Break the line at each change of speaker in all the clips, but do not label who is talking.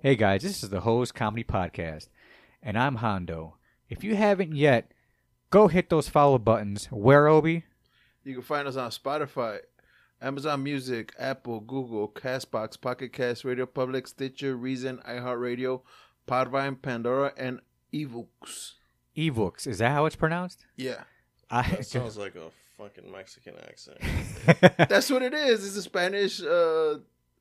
Hey guys, this is the Hose Comedy Podcast, and I'm Hondo. If you haven't yet, go hit those follow buttons. Where Obi?
You can find us on Spotify, Amazon Music, Apple, Google, Castbox, Pocket Cast, Radio Public, Stitcher, Reason, iHeartRadio, Podvine, Pandora, and Evooks.
Evooks. Is that how it's pronounced?
Yeah.
I,
That sounds like a fucking Mexican accent.
That's what it is. It's a Spanish uh,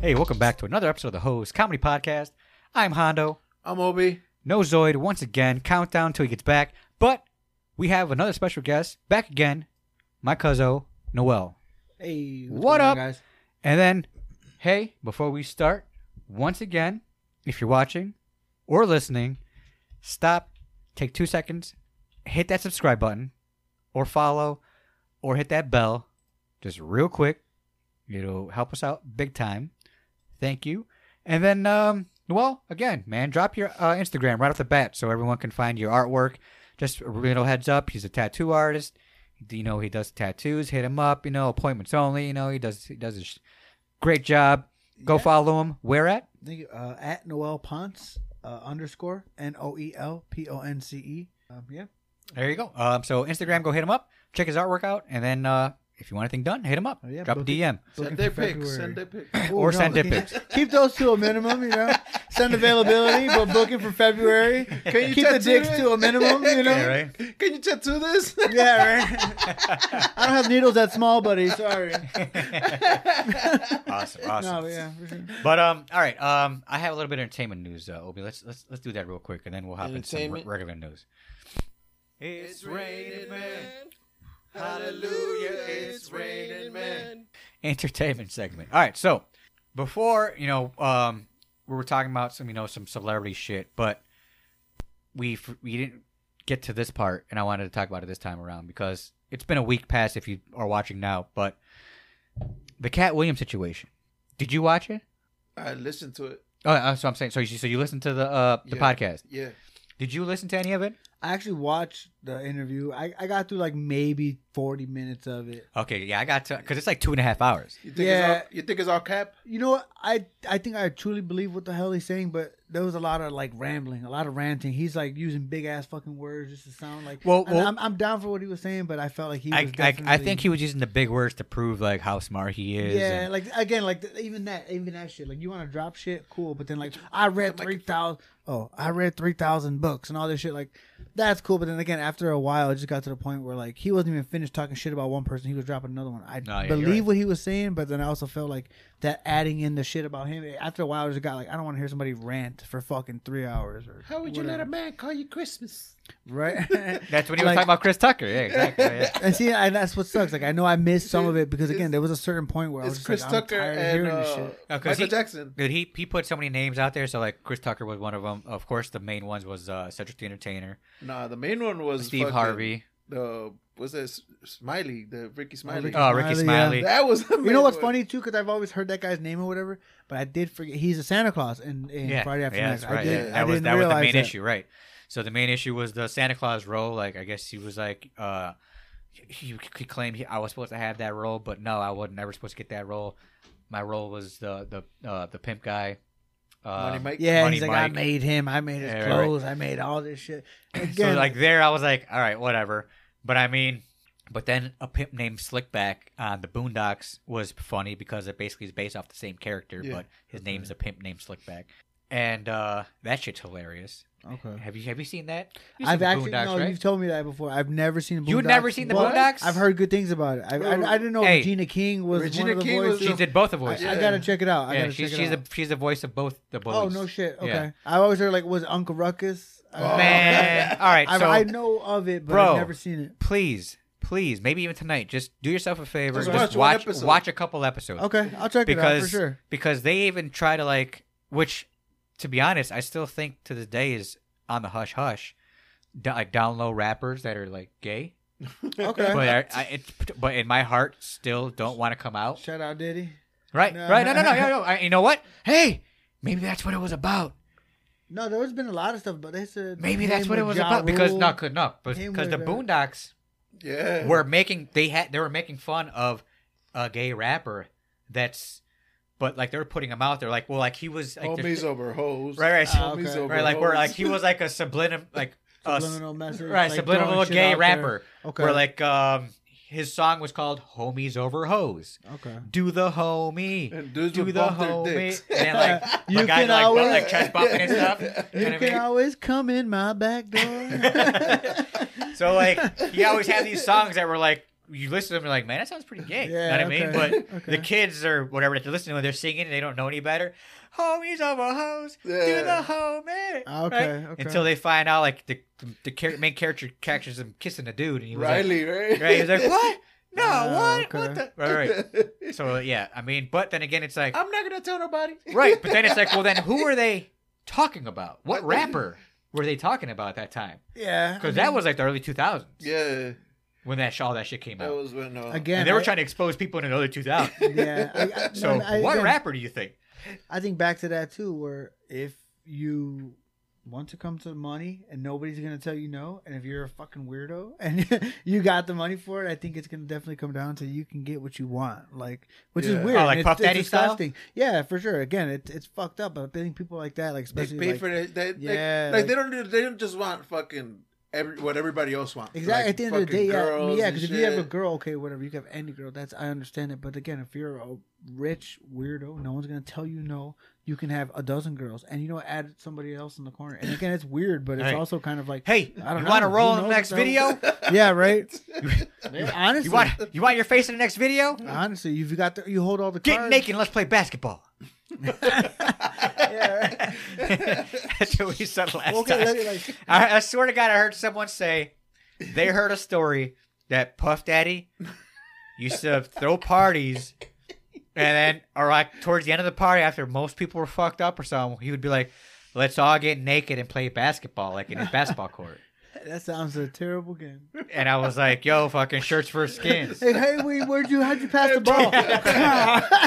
hey welcome back to another episode of the hose comedy podcast i'm hondo
I'm Obi.
No Zoid once again. Countdown till he gets back. But we have another special guest back again. My cousin Noel.
Hey, what's
What
going on,
up?
guys?
And then, hey, before we start, once again, if you're watching or listening, stop, take two seconds, hit that subscribe button, or follow, or hit that bell, just real quick. It'll help us out big time. Thank you. And then, um, well, again, man, drop your uh, Instagram right off the bat so everyone can find your artwork. Just a little heads up, he's a tattoo artist. You know, he does tattoos. Hit him up. You know, appointments only. You know, he does he does his Great job. Go
Yeah.
follow him. Where at?
Thank you. Uh, at Noel Ponce uh, underscore N O E L P O N C E. Um, yeah.
There you go. Um, so Instagram, go hit him up. Check his artwork out, and then uh, if you want anything done, hit him up.
Oh, yeah,
Drop a
book it.
DM
Send
Looking
their
for
pics.
February.
Send their pics.
or
no,
send dip
keep-
pics.
Keep those to a minimum, you know. Send availability, but booking for February.
Can you
keep the
tattoo
dicks
it?
to a minimum, you know.
Yeah, right.
Can you tattoo this?
Yeah, right. I don't have needles that small, buddy. Sorry.
awesome, awesome.
No, but yeah. for sure.
But um, all right. Um, I have a little bit of entertainment news, uh, Obi. Let's let's let's do that real quick, and then we'll hop into some re-
Entertainment?
regular news. It's
raining men. Hallelujah, it's raining men.
entertainment segment. All right, so before you know, um, we were talking about some you know some celebrity shit, but we f- we didn't get to this part, and I wanted to talk about it this time around because it's been a week past if you are watching now. But the Cat Williams situation. Did you watch it?
I listened to it.
Oh, uh, so I'm saying. So you so you listened to the uh the
Yeah.
podcast.
Yeah.
Did you listen to any of it?
I actually watched the interview. I, I got through like maybe 40 minutes of it.
Okay, yeah, I got to because it's like two and a half hours.
You think
Yeah.
it's all, you think it's all cap?
You know what? I I think I truly believe what the hell he's saying, but there was a lot of like rambling, a lot of ranting. He's like using big ass fucking words just to sound like.
Well,
and
well-
I'm, I'm down for what he was saying, but I felt like he was.
I, I, I
definitely-
think he was using the big words to prove like how smart he is.
Yeah,
and-
like again, like th- even that, even that shit. Like you want to drop shit, cool, but then like I read three thousand. Oh, I read three thousand books and all this shit. Like that's cool, but then again, after a while, it just got to the point where like he wasn't even finished talking shit about one person. He was dropping another one. I
No, yeah, you're
believe
right.
what he was saying, but then I also felt like that adding in the shit about him. After a while, I just got like I don't want to hear somebody rant for fucking three hours. Or
How would you let
whatever.
a man call you Christmas?
right?
that's when he was
Like-
talking about Chris Tucker. Yeah, exactly. yeah.
and see, and that's what sucks. Like I know I missed some of it because again, there was a certain point where I was
It's
just
Chris
like, I'm
Tucker
tired of
and
hearing this
uh,
shit.
No, 'cause
Michael
he-
Jackson.
Dude, he he put so many names out there. So like Chris Tucker was one of them. Of course, the main ones was uh, Cedric the Entertainer,
Nah, the main one was
Steve
fucking-
Harvey,
The was that S- Smiley, the Ricky Smiley.
Ricky
uh, Ricky
Smiley,
Smiley.
that was the
You know what's
main one.
funny too? Because I've always heard that guy's name or whatever, but I did forget he's a Santa Claus in, in
Yeah,
Friday After
yeah,
Next.
that's right.
I did.
that
I
was
didn't
that was the
realize
main
that.
issue, right? So the main issue was the Santa Claus role. Like I guess he was like uh, he, he claimed he, I was supposed to have that role, but no, I wasn't ever supposed to get that role. My role was the the uh, the pimp guy. Uh,
Money Mike.
Yeah,
Money
he's like, I
Mike.
made him. I made his
Yeah, right.
clothes. I made all this shit. Again,
so like there, I was like, all right, whatever. But I mean, but then a pimp named Slickback on the Boondocks was funny because it basically is based off the same character,
Yeah.
but his name's a pimp named Slickback. and uh, that shit's hilarious.
Okay.
Have you have you seen that? You've seen
I've
the
actually
Boondocks,
no.
right?
You've told me that before. I've never seen. Boondocks,
You've never seen the
but
Boondocks?
I've heard good things about it. I, I, I didn't know
Hey.
Regina King was
Regina
one of the
King was
voices.
she did both of voices.
I, I
Yeah.
gotta check it out. I
yeah,
gotta
she's
check
she's
it
the
out.
she's the voice of both the boys.
oh no shit. Okay.
Yeah.
I always heard like was it Uncle Ruckus. I-
Man, all right.
Oh. I,
So
I know of it, but
Bro.
I've never seen it.
please, please, maybe even tonight, just do yourself a favor.
Just
Just,
watch one
watch watch,
episode.
a couple episodes.
Okay, I'll check it out
Because
for sure.
because they even try to like, which, to be honest, I still think to this day is on the hush hush, do, like down low rappers that are like gay.
Okay.
But I, I it's but in my heart still don't want to come out.
Shout out Diddy.
Right,
No.
right, no, no, no, no, no. I, you know what? Hey, maybe that's what it was about.
No, there's been a lot of stuff, but they said
Maybe
him
that's what it
with
was
Ja
about because
Rule.
not good enough,
Him
because
with,
the
uh,
Boondocks
Yeah.
were making they had they were making fun of a gay rapper that's, but like they were putting him out there like well like he was
Oh,
like
homies
they're-
over hoes.
right right,
Ah,
Homies
okay.
over
right like where like
hoes.
he was like a subliminal like a s-
subliminal message,
right
like,
subliminal
throwing shit
gay
out there.
rapper
Okay,
where like um his song was called homies over hoes
okay.
do the homie
And dudes
do
would
the
bump their
homie
dicks.
and like
You
the guy
can
like, bu-
always-
like chest bumping and stuff. You know
You
what I
can
mean?
always come in my back door.
So like he always had these songs that were like you listen to them and you're like, man, that sounds pretty gay.
Yeah,
you know what I mean?
okay,
But
okay.
the kids or whatever that they're listening to, they're singing and they don't know any better. Homies over hoes, do
Yeah.
the homie.
Ah, Okay, okay.
Until they find out like the the char- main character catches him kissing a dude and he was
Riley, right?
like, right, he was like, What? No,
Oh,
what? What
okay.
the right, right. So yeah, I mean, but then again it's like
I'm not gonna tell nobody.
Right, but then it's like, well then who are they talking about? What rapper were they talking about at that time?
yeah,
Because that was like the early two thousands
Yeah,
when that sh- all that shit came out.
that was when. Uh,
again.
and they were
Oh, I-
trying to expose people in another 2000.
Yeah. I, I,
so
no, I,
what
again,
rapper do you think?
I think back to that too, where if you want to come to money and nobody's gonna tell you no, and if you're a fucking weirdo and you got the money for it, I think it's gonna definitely come down to you can get what you want, like which
Yeah.
is weird.
Oh, like
and it's-
Puff
it's
Daddy style?
disgusting. Yeah, for sure. Again, it, it's fucked up. But I think people like that, like
they
especially
pay
like,
for it. They, they-
Yeah,
like,
like-
they don't. do- They don't just want fucking every, what everybody else wants.
Exactly.
Like,
At the end of the
fucking
day, yeah, I mean,
girls
yeah.
and
Because if you have a
shit.
girl, okay, whatever. You can have any girl. That's I understand it. But again, if you're a rich weirdo, no one's gonna tell you no. You can have a dozen girls, and you know, add somebody else in the corner. And again, it's weird, but it's
Hey.
also kind of like,
Hey, you
I don't
want to
know.
roll
Who
in the next
knows what that
video?
yeah, right.
You-
honestly,
you want you want your face in the next video?
honestly, you've got the, you hold all the
Get
cards.
naked and let's play basketball.
Yeah,
That's what we said last
okay,
time.
let it, like,
I, I swear to God, I heard someone say they heard a story that Puff Daddy used to throw parties, and then or like towards the end of the party, after most people were fucked up or something, he would be like, "Let's all get naked and play basketball, like in his basketball court."
that sounds a terrible game.
And I was like, "Yo, fucking shirts for skins."
Hey, hey, wait, where'd you? How'd you pass the ball?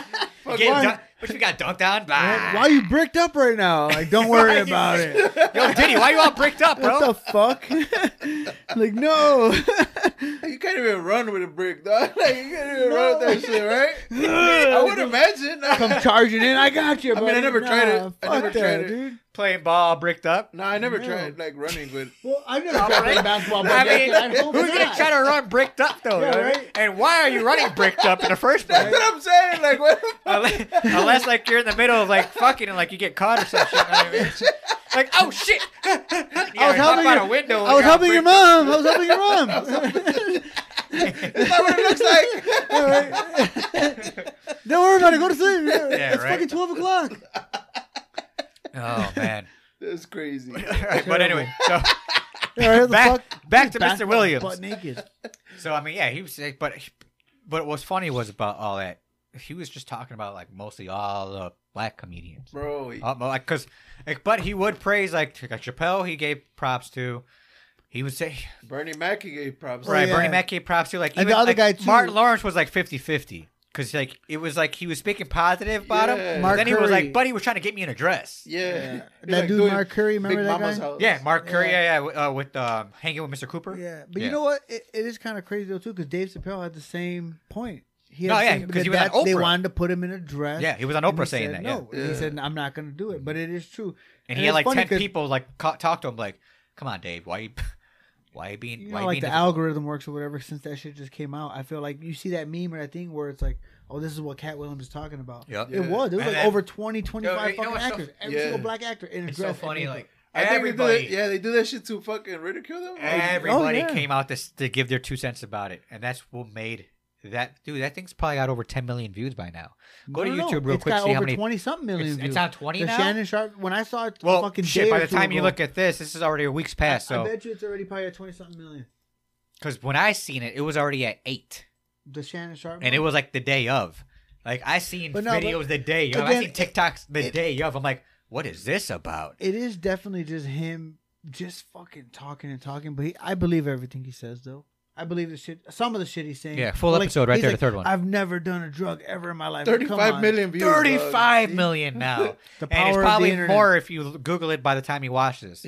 Get
why-
dun- what you got dunked on? Bah.
Why you bricked up right now? Like, don't worry
you-
about it.
Yo, Diddy, why you all bricked up, bro?
What the fuck? like, no.
you can't even run with a brick, dog. Like you can't even
No.
run with that shit, right? I would imagine.
Come charging in. I got you,
I mean,
buddy.
I never tried it. I
Fuck
never
that,
tried it.
dude.
Playing ball, bricked up.
no, I never
No.
tried like running with.
Well, I've never
tried
tried
playing
basketball,
I
but
mean, who's gonna try to run bricked up though?
Yeah,
you know?
right.
And why are you running bricked up in the first
That's
place?
what I'm saying. Like what? the fuck?
unless, unless like you're in the middle of like fucking and like you get caught or some shit. You know what I mean? Like oh shit! You gotta
helping
hop out
your-
a window.
I was
you gotta
helping your
break-
mom. I was helping your mom.
Is that what it looks like?
All right. Don't worry about it. Go to sleep.
Yeah,
it's
right.
fucking 12 o'clock.
Oh man!
That's crazy.
All right, but anyway, so
All right, the
back
fuck?
back to Mr.
Basketball,
Williams.
Butt naked.
So I mean, yeah, he was sick, but but what's funny was about all that. He was just talking about like mostly all the black comedians.
Bro, he-
Uh, but, like, cause, like, but he would praise like Chappelle. He gave props to. He would say,
Bernie Mac he gave props.
right,
yeah.
Bernie Mac gave props to. Like,
And the other
like,
guy, too.
Martin Lawrence was like 50-50. Cause like it was like he was speaking positive about
Yeah.
him.
Mark
Mark then he was
Curry.
like, "Buddy was trying to get me in a dress." Yeah,
Yeah. He's,
That
like,
dude,
doing
Mark Curry, remember
Big
that
Mama's
guy?
house.
Mark Curry,
Yeah.
yeah, yeah, w- uh, with um, hanging with Mr. Cooper.
Yeah, but
Yeah.
you know what? It, it is kind of crazy though too, because Dave Chappelle had the same point. He had
No,
the
yeah,
same-
'cause he
that-
was on
that They
Oprah.
wanted to put him in a dress.
Yeah, he was on
and he
Oprah saying
said
that. yeah.
No, And he said, "I'm not going to do it," but it is true.
and
And
he had
it's
like
funny
ten
'cause-
people like ca- talk to him like, "Come on, Dave, why you Why you being?
you
why
know,
you
like
being
the
difficult?
algorithm works or whatever. Since that shit just came out, I feel like you see that meme or that thing where it's like, "Oh, this is what Cat Williams is talking about."
Yep.
It
Yeah.
was. It was
And
like
then-
over 20, 25
Yo, you know
fucking
what's so-
actors. Every
Yeah.
single black actor in a
It's so
dress.
funny.
and-
Like
I think they do that-
everybody,
yeah, they do that shit to fucking ridicule them.
everybody
Oh, yeah.
came out this to give their two cents about it, and that's what made that dude. That thing's probably got over 10 million views by now. Go to
No, no, no.
YouTube real
It's
quick,
got
see how
over
many.
twenty something million
It's,
views.
it's on 20
the
now.
Shannon Sharp. When I saw it,
well,
fucking
shit.
day
By
or
the
two
time you
ago,
look at this, this is already a week's past.
I
So
bet you it's already probably at twenty something million.
because when I seen it, it was already at eight,
The Shannon Sharp.
and it was like the day of. Like I seen
But no, but-
videos the day of. I
again,
seen TikToks the
it-
day of. I'm like, what is this about?
It is definitely just him, just fucking talking and talking. But he, I believe everything he says, though. I believe the shit. Some of the shit he's saying.
Yeah, full
Like,
episode right
he's
there,
like,
the third one.
I've never done a drug ever in my life. Come
Thirty-five
on.
million views. dog.
Thirty-five million now.
The uh, power
and it's
of the
probably
internet.
more if you Google it by the time you watch this.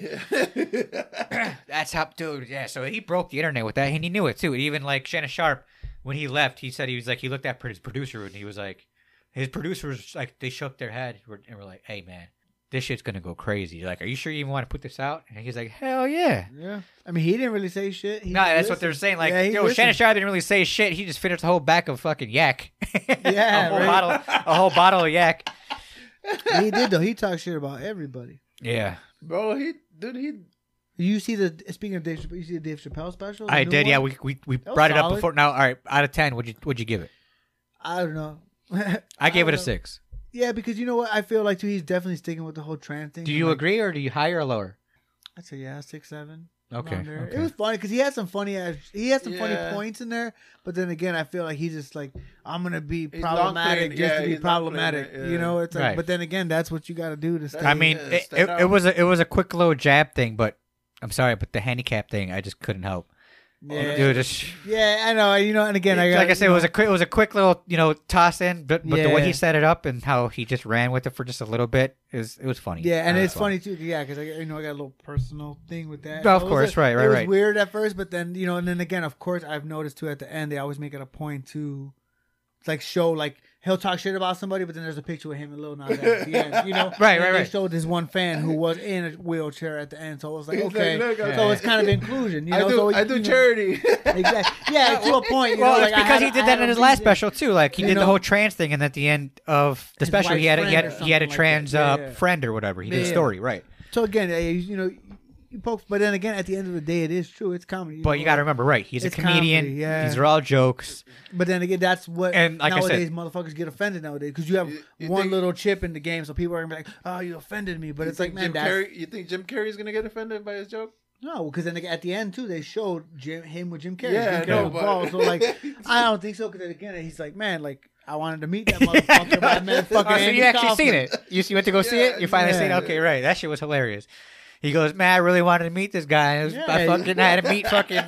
Yeah.
That's how, dude. Yeah, so he broke the internet with that, and he knew it too. Even like Shannon Sharp, when he left, he said he was like he looked at his producer and he was like, his producers like they shook their head and were like, "Hey man, this shit's gonna go crazy." Like, are you sure you even want to put this out? And he's like, "Hell yeah."
Yeah, I mean, he didn't really say shit. He
No,
just
that's what they're
listened.
saying. Like,
Yeah, he
yo, Shannon
listened.
Sharp didn't really say shit. He just finished the whole back of fucking yak.
Yeah,
a whole
right.
bottle, a whole bottle of yak.
he did though. He talked shit about everybody.
Yeah,
Bro, he dude, he
You see the speaking of Dave, Chappelle, you see the Dave Chappelle special. The
I
new
did. Yeah,
one?
we we, we
was
brought it up
solid.
before. Now, all right, out of ten, would you would you give it?
I don't know.
I gave it
don't
a
know.
six.
Yeah, because you know what? I feel like too. He's definitely sticking with the whole trans thing.
Do
I'm
you
like,
agree or do you higher or lower?
I'd say yeah, six, seven.
Okay.
around there.
okay.
It was funny because he had some funny ass. He had some
Yeah.
funny points in there, but then again, I feel like he's just like I'm gonna be
He's long-playing
problematic
it.
just
Yeah, he's
to be
long-playing
problematic.
it, yeah.
You know, it's like.
Right.
But then again, that's what you got to do to stay.
I mean,
Yeah,
it,
stand
it, it
out.
was a, it was a quick little jab thing, but I'm sorry, but the handicap thing, I just couldn't help.
yeah,
Dude, it's,
yeah, I know. You know, and again, I got
like I said, it
you
was a quick, it was a quick little you know toss in, but, but the way he
Yeah.
set it up and how he just ran with it for just a little bit is it was funny.
Yeah, and
It was
it's funny too. Yeah, because I you know I got a little personal thing with that.
No, of
So it
course,
was,
right, right,
it was
right.
Weird at first, but then you know, and then again, of course, I've noticed too. At the end, they always make it a point to like show like he'll talk shit about somebody, but then there's a picture with him and Lil Nas at the end. You know,
Right,
And
right,
they
right.
Showed this one fan who was in a wheelchair at the end, so I was like,
He's like,
okay,
"Look, I'm-
so it's kind of inclusion. You know,
I do
so
I do
you know,
charity.
Exactly. Yeah, to a point. You
Well,
know,
it's
like, I
because
had
he
a-
did
I
that
had
in
a
his last
reason.
special too. Like he
You
did the
know-
whole trans thing, and at the end of the
His
special, he had
wife's
a, he had
friend or
he had a
something like
trans
that.
uh,
Yeah.
friend or whatever. He did a
Yeah.
story, right?
So again, eh, you know, you poke, but then again, at the end of the day, it is true. It's comedy.
But you
know,
got to remember, right? He's a
It's
comedian.
comedy, yeah.
These are all jokes.
But then again, that's what
And like I said-
nowadays motherfuckers get offended nowadays because you have
You- you
one
think-
little chip in the game, so people are gonna be like, "Oh, you offended me." But
You
it's like,
think
man,
Jim
that's
Carrey, you think Jim Carrey's gonna get offended by his joke?
no, because then at the end too, they showed Jim him with Jim Carrey.
Yeah,
Jim
I know,
Carrey was
but-
bald, so like, I don't think so. Because again, he's like, man, like I wanted to meet that motherfucker, but I met fucking.
Oh, so
Andy
you actually
Kaufman.
seen it? You, you went to go see it? You finally
Yeah.
seen it? Okay, right. That shit was hilarious. He goes, man, I really wanted to meet this guy. It was- I
Yeah.
fucking I had to meet fucking
You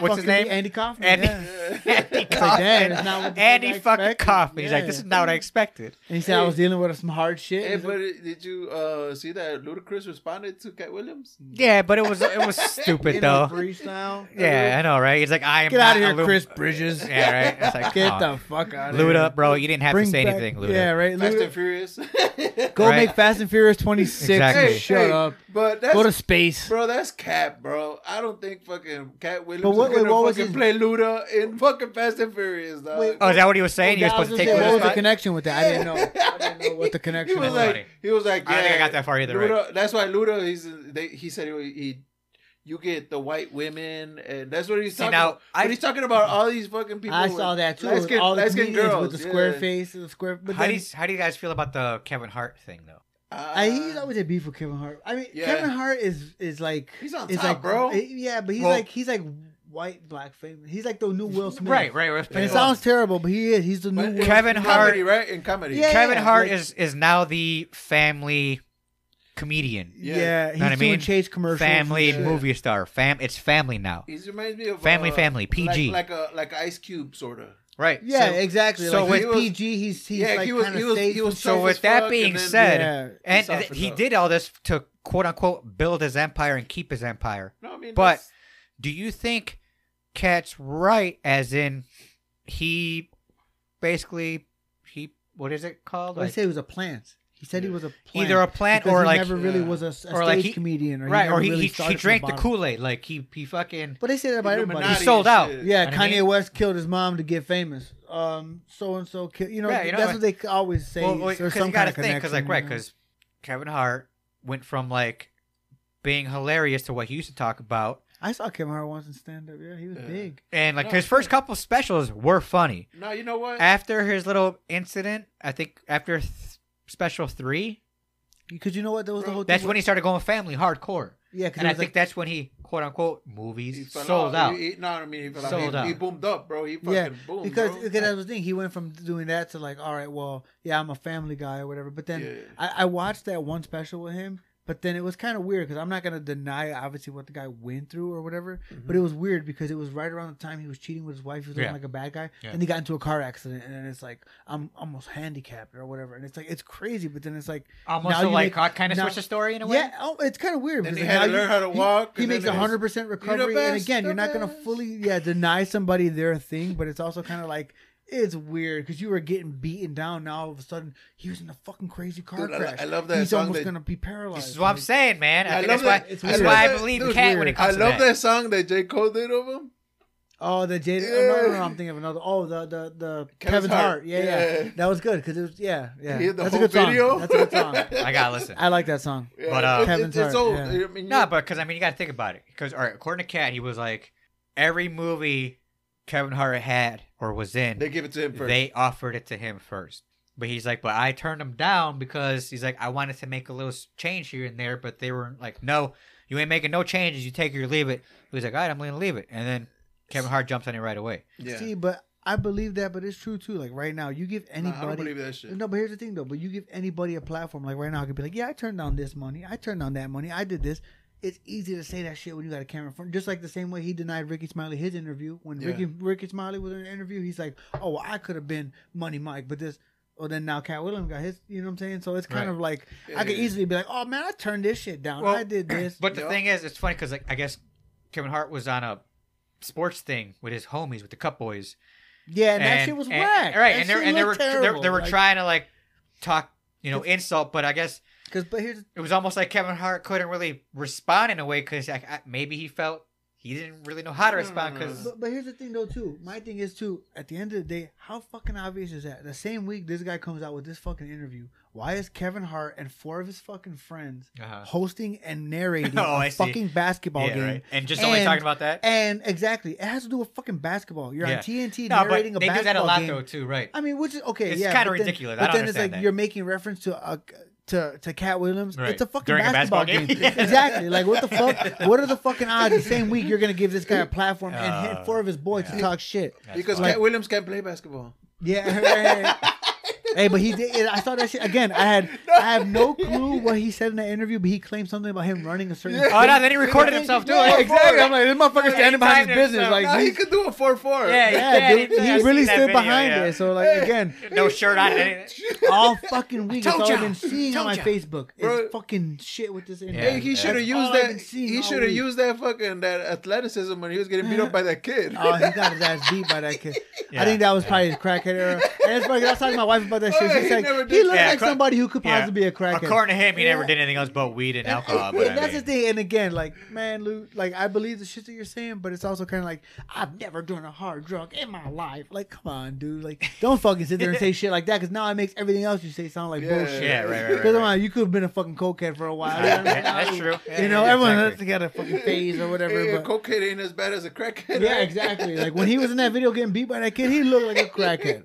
what's his
fucking
name?
meet Andy Kaufman.
Andy,
yeah.
Andy
It's like,
Kaufman.
damn, it's not what the fuck
Andy
I
fucking
expected.
Kaufman. He's like,
Yeah.
this is not what I expected.
And he said I was dealing with some hard shit.
Hey,
He's like,
but did you uh, see that Ludacris responded to Cat Williams?
Yeah, but it was it was stupid
you know,
though.
freestyle.
yeah, I know, right? He's like, I am
Get out of
not
here,
a Lu-
Chris Bridges.
Yeah, right. It's like,
Get
aw.
the fuck out of here.
Luda, bro, you didn't have to say
back-
anything, Luda.
Yeah, right.
Fast
Luda,
and Furious.
go
Right.
make Fast and Furious 26.
Exactly.
Hey, Shut
Hey,
up.
But that's
go to space.
bro, that's Cat, bro. I don't think fucking Cat Williams
But what-
is gonna
wait, what was
fucking
his-
play Luda in fucking Fast and Furious, dog.
Wait,
Oh, is that what he was saying? he was
Yeah, I was
supposed to
gonna
take
say, what
Luda's
was the
spot?
connection with that? I didn't know. I didn't know what the
he
connection
was
was.
like,
funny.
he was like, yeah,
I don't think I got that far either, right?
Luda, That's why Luda, he's they, he said he, he, you get the white women, and that's what he's
See,
talking.
now,
about.
I-
but he's talking about all these fucking people.
I
with
saw that too.
light-skinned-
with all the
light-skinned
comedians with the
girls,
square
yeah.
face, and the square. But
How do,
then,
you, how do you guys feel about the Kevin Hart thing, though?
Uh,
I, he's always a beef with Kevin Hart. I mean,
Yeah.
Kevin Hart is is like
He's on
is
top,
like,
bro.
eh, Yeah, but he's
Well-
like he's like white black famous. He's like the new Will Smith.
Right, right. right.
And it sounds terrible, but he is. He's the new
But
Will.
Kevin
in
Hart-
comedy, right? In comedy,
Yeah.
Kevin Hart
like-
is is now the family comedian,
Yeah.
Yeah, he's
Know what I mean?
doing Chase commercials.
family
and shit.
movie star. Fam, it's family now.
He reminds me of
Family,
uh,
family, PG.
like, like a like Ice Cube sort of.
Right.
Yeah,
So,
exactly.
so
So
with-
like,
He
with
was-
PG, he's he's
yeah,
like
he was
kind
he
of
was
safe.
he was
So
tough
with
as
that
fuck,
being
and then-
said-
yeah.
and
He
th-
softened
he
up.
did all this to quote unquote build his empire and keep his empire.
no, I mean,
But-
that's-
Do you think Cat's right? As in, he basically he what is it called?
Let's
Like,
say it was a plant. He said he was a plant
Either a plant
because
or
he
like
never really
yeah.
was a, s- a
or
stage
like he-
comedian, or
right,
never
or he
really
he,
started
he
from
drank
the
the
bottom.
Kool Aid. Like he he fucking
But they say that about everybody.
Illuminati
sold out.
shit.
Yeah,
Know what I
Kanye
mean?
West killed his mom to get famous. Um, so and so killed. You know,
Yeah, you know,
that's what they c- always say.
well, well,
so there's
'cause
some
you gotta
kind of
think because
connection.
like
you
right
know?
because Kevin Hart went from like being hilarious to what he used to talk about,
I saw Kevin Hart once in stand up. Yeah, he was
Yeah.
big.
and like
No,
his first couple specials were funny.
No, you know what?
After his little incident, I think after th- special three,
Because you know what? That was the
Bro,
whole.
that's
thing
when he
with-
started going family hardcore,
Yeah, because
and I think that's when he quote unquote
He
movies
fell
sold
off.
out.
He, he, no, I mean he fell
Sold
out. He, he
out.
boomed up, bro. He fucking
Yeah,
boomed.
because
bro.
because that was the thing. He went from doing that to like, all right, well, yeah, I'm a family guy or whatever. But then
Yeah.
I, I watched that one special with him, but then it was kind of weird because I'm not gonna deny obviously what the guy went through or whatever. But it was weird because it was right around the time he was cheating with his wife. He was looking
Mm-hmm. Yeah.
like a bad guy,
Yeah.
and he got into a car accident, and then it's like I'm almost handicapped or whatever, and it's like it's crazy. But then it's like
Almost
Now
so,
you
like
make-
God kind of
now-
switched the story in a way.
yeah, oh, it's kind of weird.
Then
because
he had to
now
learn how to
he-
walk,
He,
and
makes
then
a
it's,
hundred percent recovery, and
best,
again, you're
the
not gonna
best.
fully yeah deny somebody their thing, but it's also kind of like it's weird because you were getting beaten down. Now all of a sudden, he was in a fucking crazy car
Dude, I-
crash.
I love that
He's
song
almost
that-
gonna be paralyzed.
This is what I'm
Like,
saying, man. I,
I
think
love
that's why.
that-
it's
that's
weird.
why
Dude,
I believe
it's
Cat
weird.
when it
I
comes to
love
that.
that song that J Cole did of him.
Oh, the Jada.
Yeah.
Oh, no, no, no, I'm thinking of another. Oh, the the the
Kevin's
Kevin's
Heart.
Heart. Yeah, yeah,
Yeah.
That was good because it was yeah yeah.
He had the
That's
whole
a good song.
video.
That's a good song.
I gotta listen.
I like that song.
Yeah,
But, uh,
it's-
Kevin's
it's, it's
Heart,
old.
yeah.
I mean,
No, but because I mean, you got to think about it. Because all right, according to Cat, he was like every movie Kevin Hart had or was in,
they
they,
give it to him first.
offered it to him first. But he's like, but I turned him down because he's like, I wanted to make a little s- change here and there, but they were like, no, you ain't making no changes. You take it or leave it. He was like, all right, I'm gonna leave it. And then Kevin Hart jumps on it right away.
yeah.
See, but I believe that, but it's true too. Like right now, you give
Nah,
anybody.
I don't believe that shit.
No, but here's the thing though. But you give anybody a platform, like right now, I could be like, "Yeah, I turned down this money. I turned down that money. I did this." It's easy to say that shit when you got a camera in front. Just like the same way he denied Ricky Smiley his interview. When
Yeah.
Ricky Ricky Smiley was in an interview, he's like, "Oh, well, I could have been Money Mike, but this." Well, then now Cat Williams got his. You know what I'm saying? So it's kind
Right.
of like I could
Yeah.
easily be like, "Oh man, I turned this shit down.
Well,
I did this."
But the
Yeah.
thing is, it's funny because like, I guess Kevin Hart was on a sports thing with his homies, with the Cup Boys,
yeah, and, that shit was whack.
Right,
That
and they
shit
and they were
looked
they,
terrible,
they were
like-
trying to like talk, you know, insult, but I guess
'cause- but here's
it was almost like Kevin Hart couldn't really respond in a way because like, I- maybe he felt he didn't really know how to
No, no,
respond
no, no,
because
no.
But, but here's the thing though too. My thing is too. At the end of the day, how fucking obvious is that? The same week this guy comes out with this fucking interview. Why is Kevin Hart and four of his fucking friends
Uh-huh.
hosting and narrating
Oh, I
a
see.
fucking basketball
yeah,
game?
right. and just only talking about that.
And exactly, it has to do with fucking basketball. You're
Yeah.
on TNT
no, but
narrating a
they do
basketball
that a lot
game.
though too, right?
I mean, which is okay.
It's
yeah,
kinda
but then-
ridiculous. I
But
don't
then it's
understand
like
that.
you're making reference to a. To, to Cat Williams,
Right.
it's a fucking
During a
basketball,
basketball
game.
game? Yeah.
exactly. Like what the fuck? What are the fucking odds? The same week you're gonna give this guy a platform and
Uh,
hit four of his boys to
yeah.
talk shit.
That's
because
why.
Cat Williams can't play basketball.
Yeah. right, right. hey, but he did. I saw that shit again. I had I have no clue what he said in that interview, but he claimed something about him running a certain.
Yeah.
oh no, then he recorded himself doing
Yeah,
it.
exactly. I'm like this motherfucker
Yeah, he
standing behind his
timed
business.
himself.
Like,
No, he
he's-
could do a four four.
Yeah,
yeah,
yeah,
dude,
he-
he
I've seen
really
that
stood
video,
behind
yeah.
it. So like again,
No shirt on. anything.
all fucking week, it's
Told
all I've
ya.
been seeing on
Told
my
ya.
Facebook.
Bro.
It's fucking shit with this interview.
Yeah.
Hey, he should have
That's
used
all I've
that.
been seeing
He
all
should have
week.
used that fucking that athleticism when he was getting beat up by that kid.
Oh, he got his ass beat by that kid.
Yeah.
I think that was probably his crackhead era. And it's funny, I was talking to my wife about that shit.
Oh,
She's
he
like,
never did
he looked
that.
like
Yeah, cra-
somebody who could
Yeah.
possibly be a crackhead.
According to him, he never
Yeah.
did anything else but weed and alcohol.
Yeah,
But I
that's
mean,
the thing. And again, like, man, Lou, like, I believe the shit that you're saying, but it's also kind of like, I've never done a hard drug in my life. Like, come on, dude. Like, don't fucking sit there and say shit like that because now it makes everything else you say sound like
Yeah.
bullshit.
Yeah, right, right, right.
Because
right.
you could have been a fucking cokehead for a while.
Yeah, that's true. Yeah,
you know,
yeah,
everyone
exactly.
else got a fucking phase or whatever.
Hey,
but
cocaine ain't as bad as a crackhead.
yeah,
right?
exactly. Like when he was in that video getting beat by that kid, he looked like a crackhead.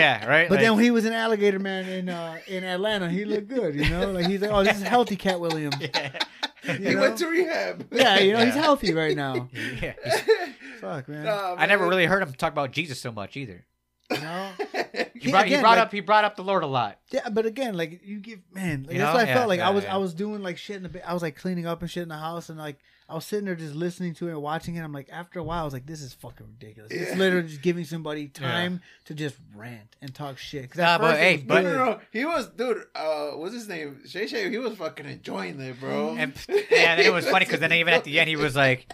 Yeah, right,
But then
like-
when he was in Alligator Man in uh, in Atlanta, he looked good. You know, like he's like, oh, this is healthy Cat Williams.
he
You know?
went to rehab.
Yeah, you know, he's
Yeah.
healthy right now.
yeah.
Fuck, man.
Nah,
I never
man.
really heard him talk about Jesus so much either.
You know?
He brought,
again,
he brought
like-
up he brought up the Lord a lot.
Yeah, but again, like you give man, like,
You
that's
know?
what I
Yeah,
felt like.
yeah,
I was
yeah.
I was doing like shit in the ba- I was like cleaning up and shit in the house and like I was sitting there just listening to it and watching it. I'm like after a while I was like this is fucking ridiculous. It's
Yeah.
literally just giving somebody time to just rant and talk shit. 'Cause at
Nah, but
first it
hey,
was
but-
No,
good.
no, no. He was, dude. Uh, what's his name? Shay Shay. He was fucking enjoying it, bro.
And yeah, then it was funny because then even at the end he was like,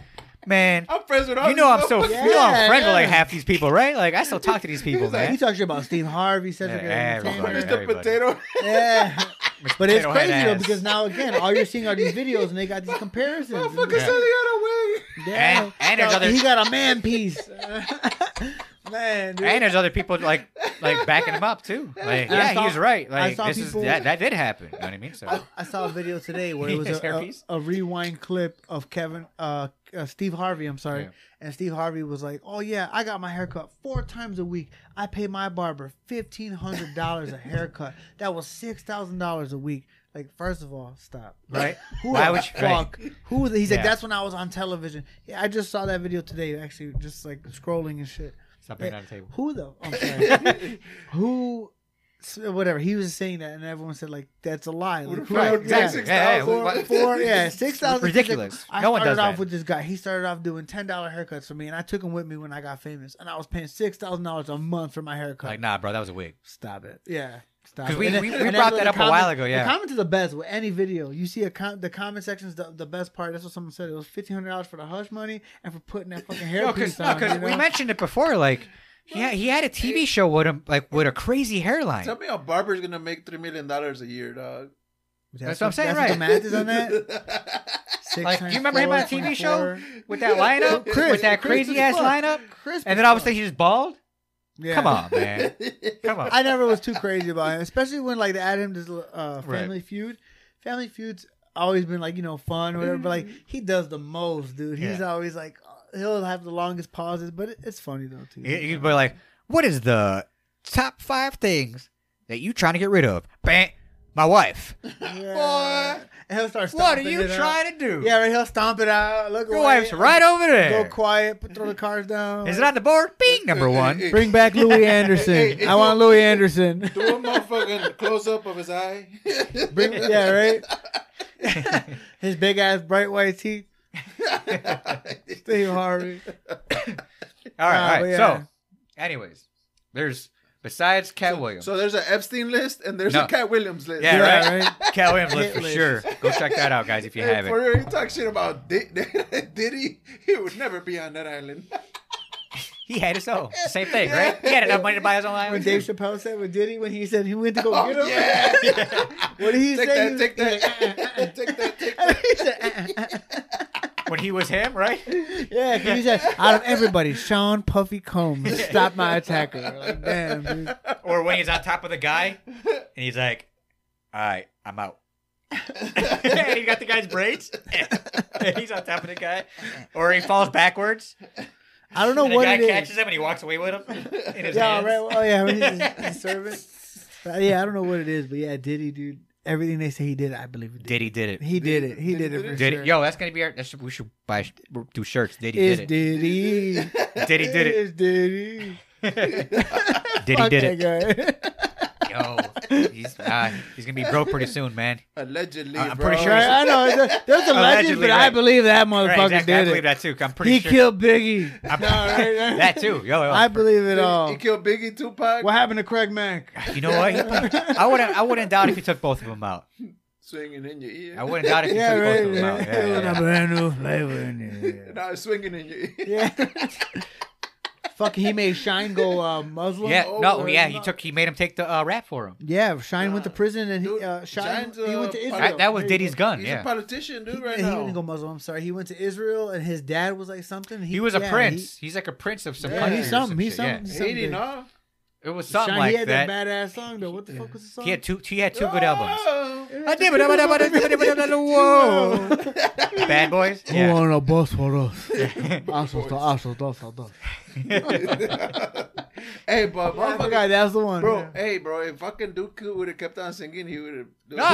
"Man,
I'm friends with all
you know
these
I'm so
motherfuckers."
you know I'm
Yeah,
friends with like
yeah.
half these people, right? Like I still talk to these people,
He
man."
talks shit about Steve Harvey, Cedric
Yeah,
yeah,
everybody.
Mr.
everybody.
Potato.
Yeah, But it's
Potato head
crazy though
ass.
because now again, all you're seeing are these videos and they got these comparisons.
Motherfucker
Yeah.
said he had a wig.
Yeah.
And- and there's
Got-
other-
he got a man piece. man, dude.
and there's other people like like backing him up too. Like,
And I
yeah,
saw-
he was right.
I
Like,
saw
this
people-
is that, that did happen. You know what I mean? So
I, I saw a video today where it was
His
a, a,
hairpiece?
a rewind clip of Kevin, uh, uh Steve Harvey. I'm sorry,
Yeah.
and Steve Harvey was like, "Oh yeah, I got my haircut four times a week. I pay my barber fifteen hundred dollars a haircut. That was six thousand dollars a week." Like, first of all, stop.
right?
Who
Why
the
would you? Right.
fuck? Who was he's
Yeah.
like? That's when I was on television. Yeah, I just saw that video today. Actually, just like scrolling and shit.
Stop banging on the table.
Eh, Who though? I'm sorry. who? s- Whatever. He was saying that, and everyone said like that's a lie. Like,
the
who-
Right,
Right,
exactly.
yeah,
Hey, hey,
$6,000.
what-
Four, four, yeah, six thousand.
Ridiculous.
I
No one
started
does
off
that.
with this guy. He started off doing ten dollar haircuts for me, and I took him with me when I got famous, and I was paying six thousand dollars a month for my haircut.
Like, nah, bro, that was a wig.
Stop it. Yeah. Stop
'Cause
it.
we-
And then-
we- we
and then
brought
the
that up a while ago, yeah.
The comments are the best with any video. You see a com- the comment section's the, the best part. That's what someone said. It was fifteen hundred dollars for the hush money and for putting that fucking hair
No,
piece
because
on. you know?
we mentioned it before. Like, yeah, he had a TV show with him, like with a crazy hairline.
Tell me a barber's gonna make three million dollars a year, dog.
That's what I'm saying,
that's What the
right.
math is on that. Six
Like,
times
you remember him
four,
on a TV show
24.
with that lineup,
Chris,
with that
Chris
crazy
as
ass
fuck.
lineup,
Chris
and
was
then all
fun.
of a sudden he's just bald.
Yeah.
Come on, man. Come on.
I never was too crazy about him, especially when like they add him to this, uh,
Right.
Family Feud. Family Feud's always been like you know fun or whatever, but like he does the most, dude. He's
Yeah.
always like uh, he'll have the longest pauses, but it, it's funny though too.
You- You'd be like, what is the top five things that you trying to get rid of? Bam, my wife.
Yeah. And he'll start.
What are
stomping
you
it out.
trying to do?
Yeah, right. He'll stomp it out. Look
Your
away.
wife's right over
Go
there.
quiet. Put, throw the cars down.
Is it on the board? Bing, number one.
Bring back Louis Anderson. I want Louis Anderson.
Do a motherfucking close up of his eye.
Bring, yeah, right. His big ass, bright white teeth. Steve Harvey.
All
Ah,
right, all
but
right.
yeah.
So, anyways, there's besides Cat Williams.
so there's an Epstein list and there's
No.
a Cat Williams list.
yeah,
Yeah,
right. Cat Williams list for sure. Go check that out, guys, if you
Hey,
haven't.
For real, you talk shit about Did- Diddy, he would never be on that island.
He had his own. Same thing, right? He had enough money to buy his own
When
island.
Dave Chappelle said with Diddy when he said he went to go
Oh,
get him.
yeah.
What did he
Take
say?
that, take that. Take that, take that.
he said, "Uh, uh,
When he was him, right?
uh." yeah, 'cause he said, out of everybody, Sean Puffy Combs stop my attacker. Like, damn, dude.
Or when he's on top of the guy and he's like, all right, I'm out. and he got the guy's braids. and he's on top of the guy. Or he falls backwards.
I don't know
and the
what
guy
it is.
catches him and he walks away with him. In his
yeah,
hands.
right. Oh yeah, when he's a, servant. But, Uh, yeah, I don't know what it is, but yeah, Diddy, dude. Everything they say he did, I believe it. Did.
Diddy did it.
He did it. He did it for
Diddy,
sure.
Yo, that's gonna be our. That's, we should buy sh- do shirts. Diddy
It's
did it.
Diddy.
Diddy did it.
It's Diddy.
Diddy
Fuck
did it.
that guy.
Yo, he's uh, he's gonna be broke pretty soon, man.
uh."
Allegedly,
I'm
bro.
pretty sure-
Right, I know. There's a, there's a legend,
Allegedly,
but I
right.
believe that motherfucker
Right, exactly. I
did
believe
it.
that too. I'm pretty
He
sure.
killed Biggie.
I'm-
No, right?
that too. Yo, yo.
I believe it
He
all.
killed Biggie, Tupac.
What happened to Craig Mack?
you know what? He probably- I wouldn't. I wouldn't doubt if you took both of them out.
Swinging in your ear.
I wouldn't doubt if you
Yeah,
took
right.
both of them out. Yeah, yeah,
With a
yeah.
brand new flavor in
No, swinging in your ear.
there. Yeah. Fuck, he made Shine go uh, Muslim.
Yeah, no,
over
yeah.
and
He
not-
took. He made him take the uh, rap for him.
Yeah, Shine went to prison and he,
Dude,
uh, Shine
Shine's,
he went
uh,
to Israel.
That, that was
There you go.
Diddy's gun.
He's a
Yeah,
politician, dude, right
he, he
now.
didn't go Muslim. I'm sorry. He went to Israel and his dad was like something.
he was a
yeah,
prince. He's like a prince of some
Yeah,
country.
he's
or
something,
some
he's
shit, yeah.
something.
He didn't know.
It was
He,
something
Shine,
like
he had
that.
that. badass song though. What the fuck was the song?
He had two. He had two good albums.
Oh.
Whoa. Bad Boys. Yeah.
on a bus for us? Also, also, also, also.
hey, but motherfucker,
guy, that's the one.
bro, hey, bro, if fucking Duke would have kept on singing, he would have.
No,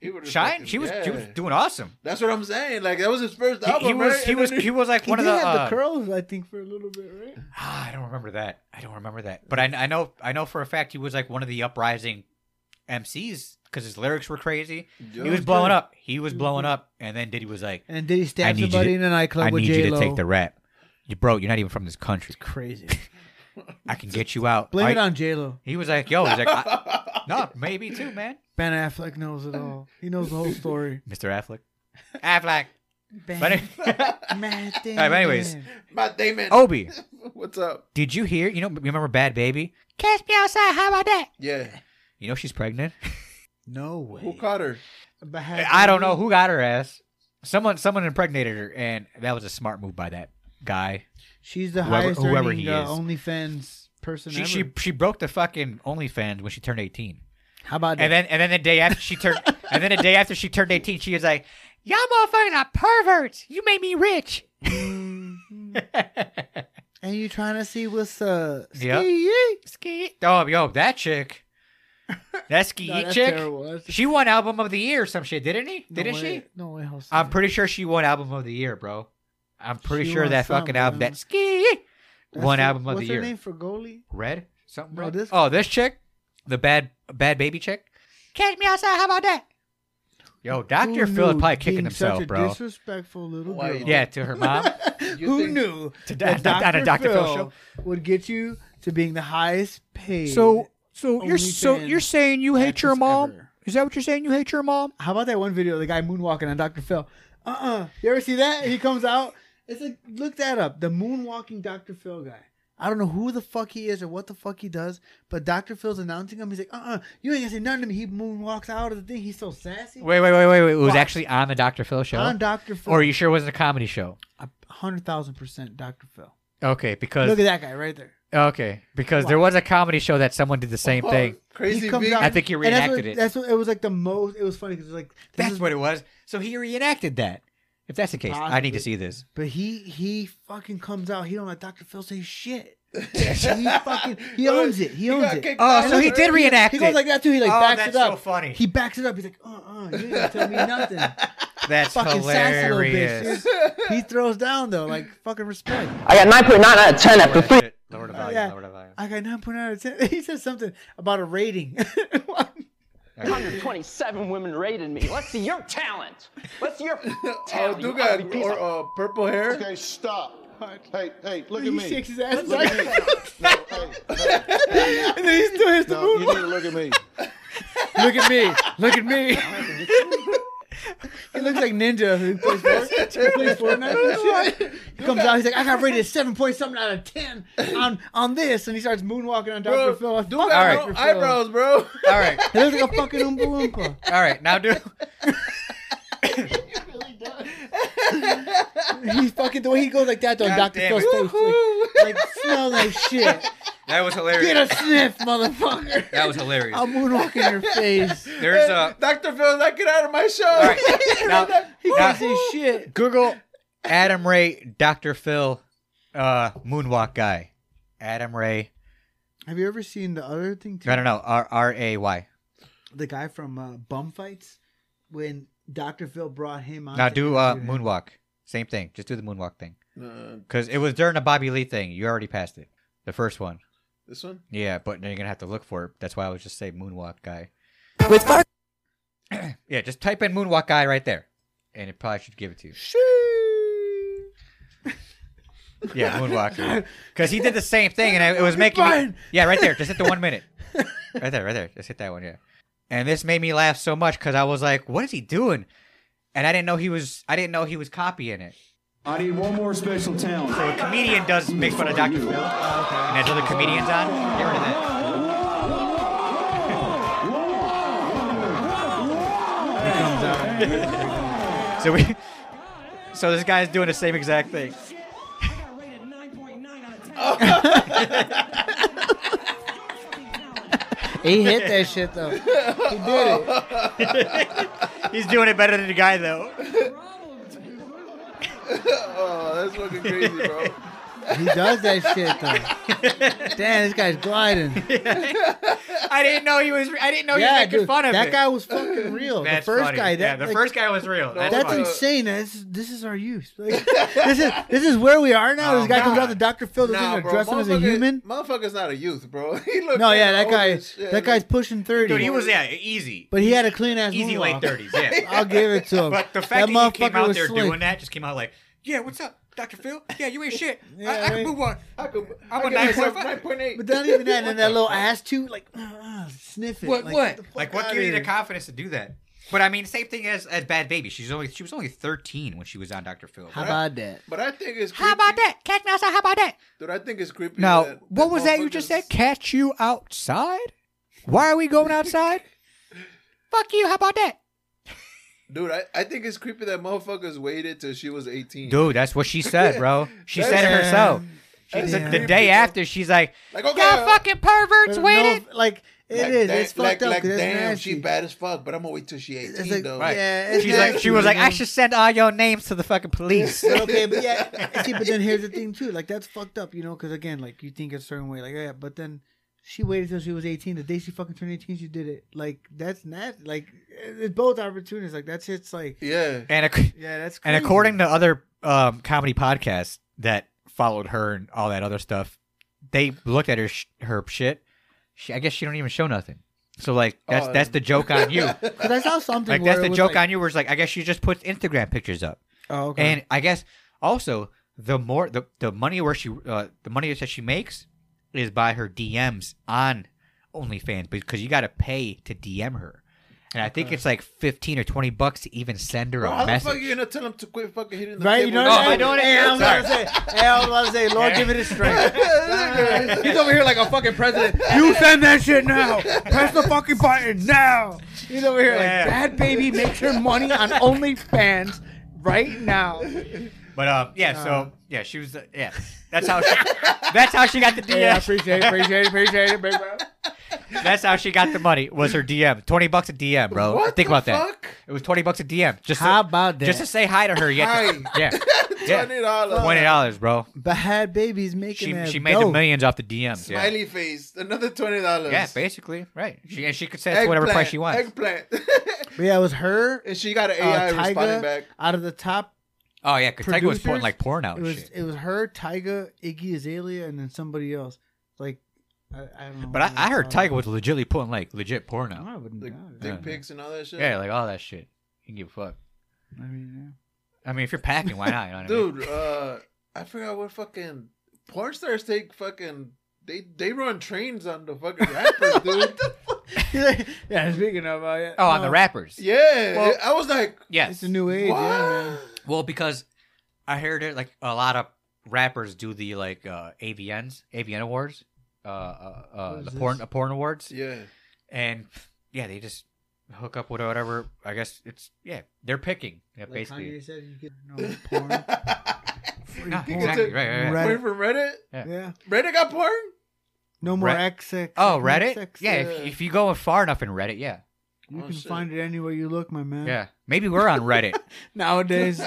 he,
would've
Shine.
fucking-
She was she was
yeah.
doing awesome.
That's what I'm saying. Like that was his first
He,
album.
he was
right?
he
And
was
then
he was like
he
one of
did
the.
have
uh,
the curls, I think, for a little bit, right?
ah, I don't remember that. I don't remember that. But I I know I know for a fact he was like one of the uprising MCs because his lyrics were crazy.
Yeah.
he was blowing up. He was blowing up, and then Diddy was like,
And did he
I
stab
need you
somebody
to-
in a nightclub
"I
with
need
J
you
Lo?
to take the rap, you bro. You're not even from this country.
Crazy.
I can get you out."
Blame
I-
it on J Lo.
He was like, "Yo, he's like, I, no, maybe too, man."
Ben Affleck knows it all. He knows the whole story.
Mr. Affleck. Affleck.
Ben,
But any-
Matt
but anyways.
Damon.
Matt Damon.
Obi,
what's up?
did you hear? You know, you remember Bad Baby? Catch me outside, how about that?
Yeah,
You know she's pregnant.
No way.
Who caught her?
But has
I don't
any-
know who got her ass. Someone someone impregnated her, and that was a smart move by that guy.
She's the
Whoever-
highest
whoever
earning
he
uh,
is.
OnlyFans person
She
ever.
she she broke the fucking OnlyFans when she turned eighteen,
How about
and then
that?
and then the day after she turned and then the day after she turned eighteen, she was like, "Y'all motherfuckers are perverts. You made me rich."
And you trying to see what's uh?
Yeah.
ski-
ski. Oh, yo, that chick, that ski
No, that's
chick.
terrible. That's-
She won album of the year, or some shit, didn't he?
no
Didn't
way.
she?
No way, Jose.
I'm pretty sure she won album of the year, bro. I'm pretty
She
sure
won
that
some,
fucking album,
yeah.
that ski,
That's
won
her-
album of the year.
What's her name for goalie?
Red something.
No,
Red?
this-
oh, this chick, the bad bad baby chick. Catch me outside. How about that? Yo, Doctor
Who
Phil is
knew
probably kicking
being
himself,
such a
bro.
Disrespectful little
Why
girl.
you-
yeah, to her mom.
You
Who
think-
knew
To
that
Doc- on
Dr.
a Dr. Phil
Phil would get you to being the highest paid?
so
OnlyFans
saying you
actress ever.
Is that what you're saying? You hate your mom?
How about that one video, of the guy moonwalking on Dr. Phil? Uh uh You ever see that? He comes out. It's like, look that up. The moonwalking Dr. Phil guy. I don't know who the fuck he is or what the fuck he does, but Dr. Phil's announcing him. He's like, uh uh you ain't gonna say nothing to me. He moonwalks out of the thing. He's so sassy.
Wait, wait, wait, wait, wait. It was
Fuck.
actually on the Dr. Phil show.
On Dr. Phil.
or are you sure it wasn't a comedy show?
100,000% Dr. Phil.
Okay,
Look
because
at that guy right there.
okay, because there was a comedy show that someone did the same
Oh,
thing.
Crazy
He comes
big.
out-
I think he
and that's what-
reenacted it.
That's what it was like the most. It was funny because like this
That's
is-
what it was. So he reenacted that. If that's the case, I need to
Possibly.
see this.
But he he fucking comes out. He don't let Dr. Phil say shit. he fucking he owns it. He owns
got
it.
kicked
Oh,
out
so he
of
did
her.
reenact
He
it.
goes like that too. He like
Oh,
backs
that's
it up.
so funny.
He backs it up. He's like, uh, uh you didn't tell me nothing.
That's
fucking sassy little bitch.
hilarious.
Oh,
dude. He throws down though, like fucking respect.
I got 9.9 out of 10 after three.
Shit, Lower the volume.
yeah.
Lower the volume.
I got nine point out of ten. He said something about a rating.
Okay.
127 women rated me. Let's see your talent. Let's see your
Oh,
talent. you
dude
ugly
got
piece
or,
of-
uh, purple hair.
Okay, stop. Hey, hey, look
he
at me.
shakes his ass
Look
back,
at me. No, hey, hey,
and then he still hits the
no, you
move.
need to look at me.
Look at me. Look at me.
He looks like ninja who plays, Fortnite- who plays Fortnite. and shit. He comes out. He's like, I got rated seven point something out of ten on on this, and he starts moonwalking on Dr.
Bro,
Phil.
dude
Fuck
got
Dr.
no
Phil.
eyebrows, bro.
All right.
He looks like a fucking oompa loompa.
All right. Now do.
He's fucking the way he goes like that though.
God
Dr.
damn it.
Phil's face, like, like smell like shit.
That was
Get
hilarious.
a sniff, motherfucker.
That was hilarious.
I'll moonwalk in your face.
There's a.
Doctor Phil, not get out of my show.
All right. Now,
He
now
can't say shit.
Google Adam Ray, Dr. Phil, uh, moonwalk guy. Adam Ray.
Have you ever seen the other thing? Too?
I don't know. R R A Y.
The guy from uh, Bum Fights when Dr. Phil brought him on.
Now
to
do uh,
interview him.
moonwalk. Same thing. Just do the moonwalk thing.
Uh,
Because it was during the Bobby Lee thing. You already passed it. The first one.
this one.
Yeah, but now you're gonna have to look for it. That's why I was just saying moonwalk guy. With yeah, just type in moonwalk guy right there, and it probably should give it to you. Yeah, moonwalk. Because he did the same thing, and it was making me.
Fine.
Yeah, right there. Just hit the one minute. Right there, right there. Just hit that one. Yeah. And this made me laugh so much because I was like, "What is he doing?" And I didn't know he was. I didn't know he was copying it.
I need one more special talent.
So a comedian does make fun of Dr. Phil, and has other comedians on. Get rid of that. So we, so this guy's doing the same exact thing.
He hit that shit though. He did it.
He's doing it better than the guy though.
Oh, that's fucking crazy, bro.
He does that shit though. Damn, this guy's gliding.
I didn't know he was. I didn't know he
yeah,
was making
dude,
fun of
that
it.
guy was fucking real.
That's
the first
funny.
guy, that,
yeah, the
like,
first guy was real. That's,
That's
funny.
insane. This is, this is our youth. Like, this is this is where we are now. this
Oh,
guy comes
God.
out to Dr. Phil doesn't
Nah,
even
bro.
address him as a
motherfucker-
human.
Motherfucker's not a youth, bro. He looks.
No, yeah, that
fucking old
guy
as shit.
that guy's pushing thirty.
Dude, he was yeah, easy,
but he had a clean ass
easy
moonwalk.
late thirties. Yeah,
I'll give it to him.
but the fact that, he
motherfucker
came out
was
there
slick.
doing that just came out like, yeah, what's up, Dr. Phil? Yeah, you ain't shit.
Yeah,
I, I can
right.
move on.
I could,
I'm
I
a
could hit
9.5.
myself 9.8.
But not even that, and then that little ass too, like uh, uh, sniff it.
What?
like,
what?
the fuck
Like, what
outta
gives you the
here.
confidence to do that? But I mean, same thing as as Bad Baby. She's only she was only thirteen when she was on Dr. Phil.
How about that?
But I think it's. Creepy.
How about that? Catch me outside. How about that?
Dude, I think it's creepy.
Now,
that-
what was that you just
motherfuckers-
said? Catch you outside? Why are we going outside? Fuck you. How about that?
Dude, I, I think it's creepy that motherfuckers waited till she was 18.
Dude, that's what she said, bro. She
That's-
said it herself. She
That's
said
a
the
creepy,
day
bro.
after, she's like,
Like, okay.
"Y'all fucking perverts
uh, No,
waited."
like it is.
Like, da-
it's fucked
like,
up.
Like,
'cause it's
damn,
nasty.
she bad as fuck, but I'm gonna wait till she 18,
It's like,
though.
yeah, it's
She's like, she
nasty,
was like,
you
"I
know?
should send all your names to the fucking police."
But okay, but yeah, see, but then here's the thing too. Like that's fucked up, you know, because again, like you think a certain way, like oh, yeah, but then she waited till she was 18. The day she fucking turned 18, she did it. Like that's not like it's both opportunities. Like that's it's like
Yeah.
and ac-
yeah, that's crazy.
and according to other um, comedy podcasts that followed her and all that other stuff, they looked at her sh- her shit. She, I guess she don't even show nothing. So like that's
Oh.
that's the joke on you.
because I saw something
like
where
that's
it
the
was,
joke
like,
on you. Where it's like I guess she just puts Instagram pictures up.
Oh, okay.
And I guess also the more the, the money where she uh, the money that she makes is by her DMs on OnlyFans because you got to pay to DM her, and I think it's like fifteen or twenty bucks to even send her
Bro,
a
how the fuck
message.
you gonna tell him to quit fucking hitting the
Right, you
table?
know
Oh,
what I'm
I
saying?
don't-
Hey, I was
Sorry.
about to say, hey, I was about to say, Lord, give it a strength.
He's over here like a fucking president.
you send that shit now. Press the fucking button now. He's over here
Yeah.
like, bad baby makes her money on OnlyFans right now.
But um, yeah, so yeah, she was uh, yeah. That's how she, that's how she got the DM.
Yeah, I appreciate it, appreciate it, appreciate it, big bro.
That's how she got the money was her DM. Twenty bucks a DM, bro.
What
Think
the
about
fuck?
that. It was twenty bucks a DM. Just
How
to,
about that?
just to say hi to her. You had to- yeah, yeah.
$20.
Twenty dollars, bro.
Bad baby's making
She
that
she made
dough.
the millions off the DMs. Yeah.
Smiley face. Another $20.
Yeah, basically, right. She and she could set it to whatever price she wants.
Eggplant.
But yeah, it was her,
and she got an
uh,
AI responding
Tyga,
back.
out of the top.
Oh yeah, because Tiger was pouring
Producers,
like porn out
It
and
was
shit.
it was her, Tyga, Iggy Azalea, and then somebody else. Like, I, I don't know.
But I, I heard Tiger was legitly putting like legit porn
No,
out.
I wouldn't.
Like,
know.
Yeah.
dick pics and all that shit.
Yeah, like all that shit. You can give a fuck.
I mean,
I mean, if you're packing, why not? You know what I mean?
Dude, uh, I forgot what fucking porn stars take fucking. They they run trains on the fucking rappers, dude.
yeah. yeah. Speaking of, uh, yeah,
Oh, on
no,
the rappers.
yeah,
Well-
I was like,
Yes.
It's a new age,
what?
yeah, man.
Well, because I heard it like a lot of rappers do the like uh, AVNs, AVN awards, uh, uh, uh
What
the
is
porn
this?
porn awards,
Yeah,
and yeah, they just hook up with whatever. I guess it's yeah, they're picking. Yeah,
Like
basically.
Kanye said, you could no porn. Free
No,
porn.
exactly. Right, right, right.
Reddit.
Wait from Reddit.
Yeah.
Reddit got porn.
No more
Red-
XX.
Oh,
no
Reddit.
sex,
yeah,
uh,
if, if you go far enough in Reddit, yeah,
you
Oh,
can
shit.
find it anywhere you look, my man.
yeah. Maybe we're on Reddit.
Nowadays.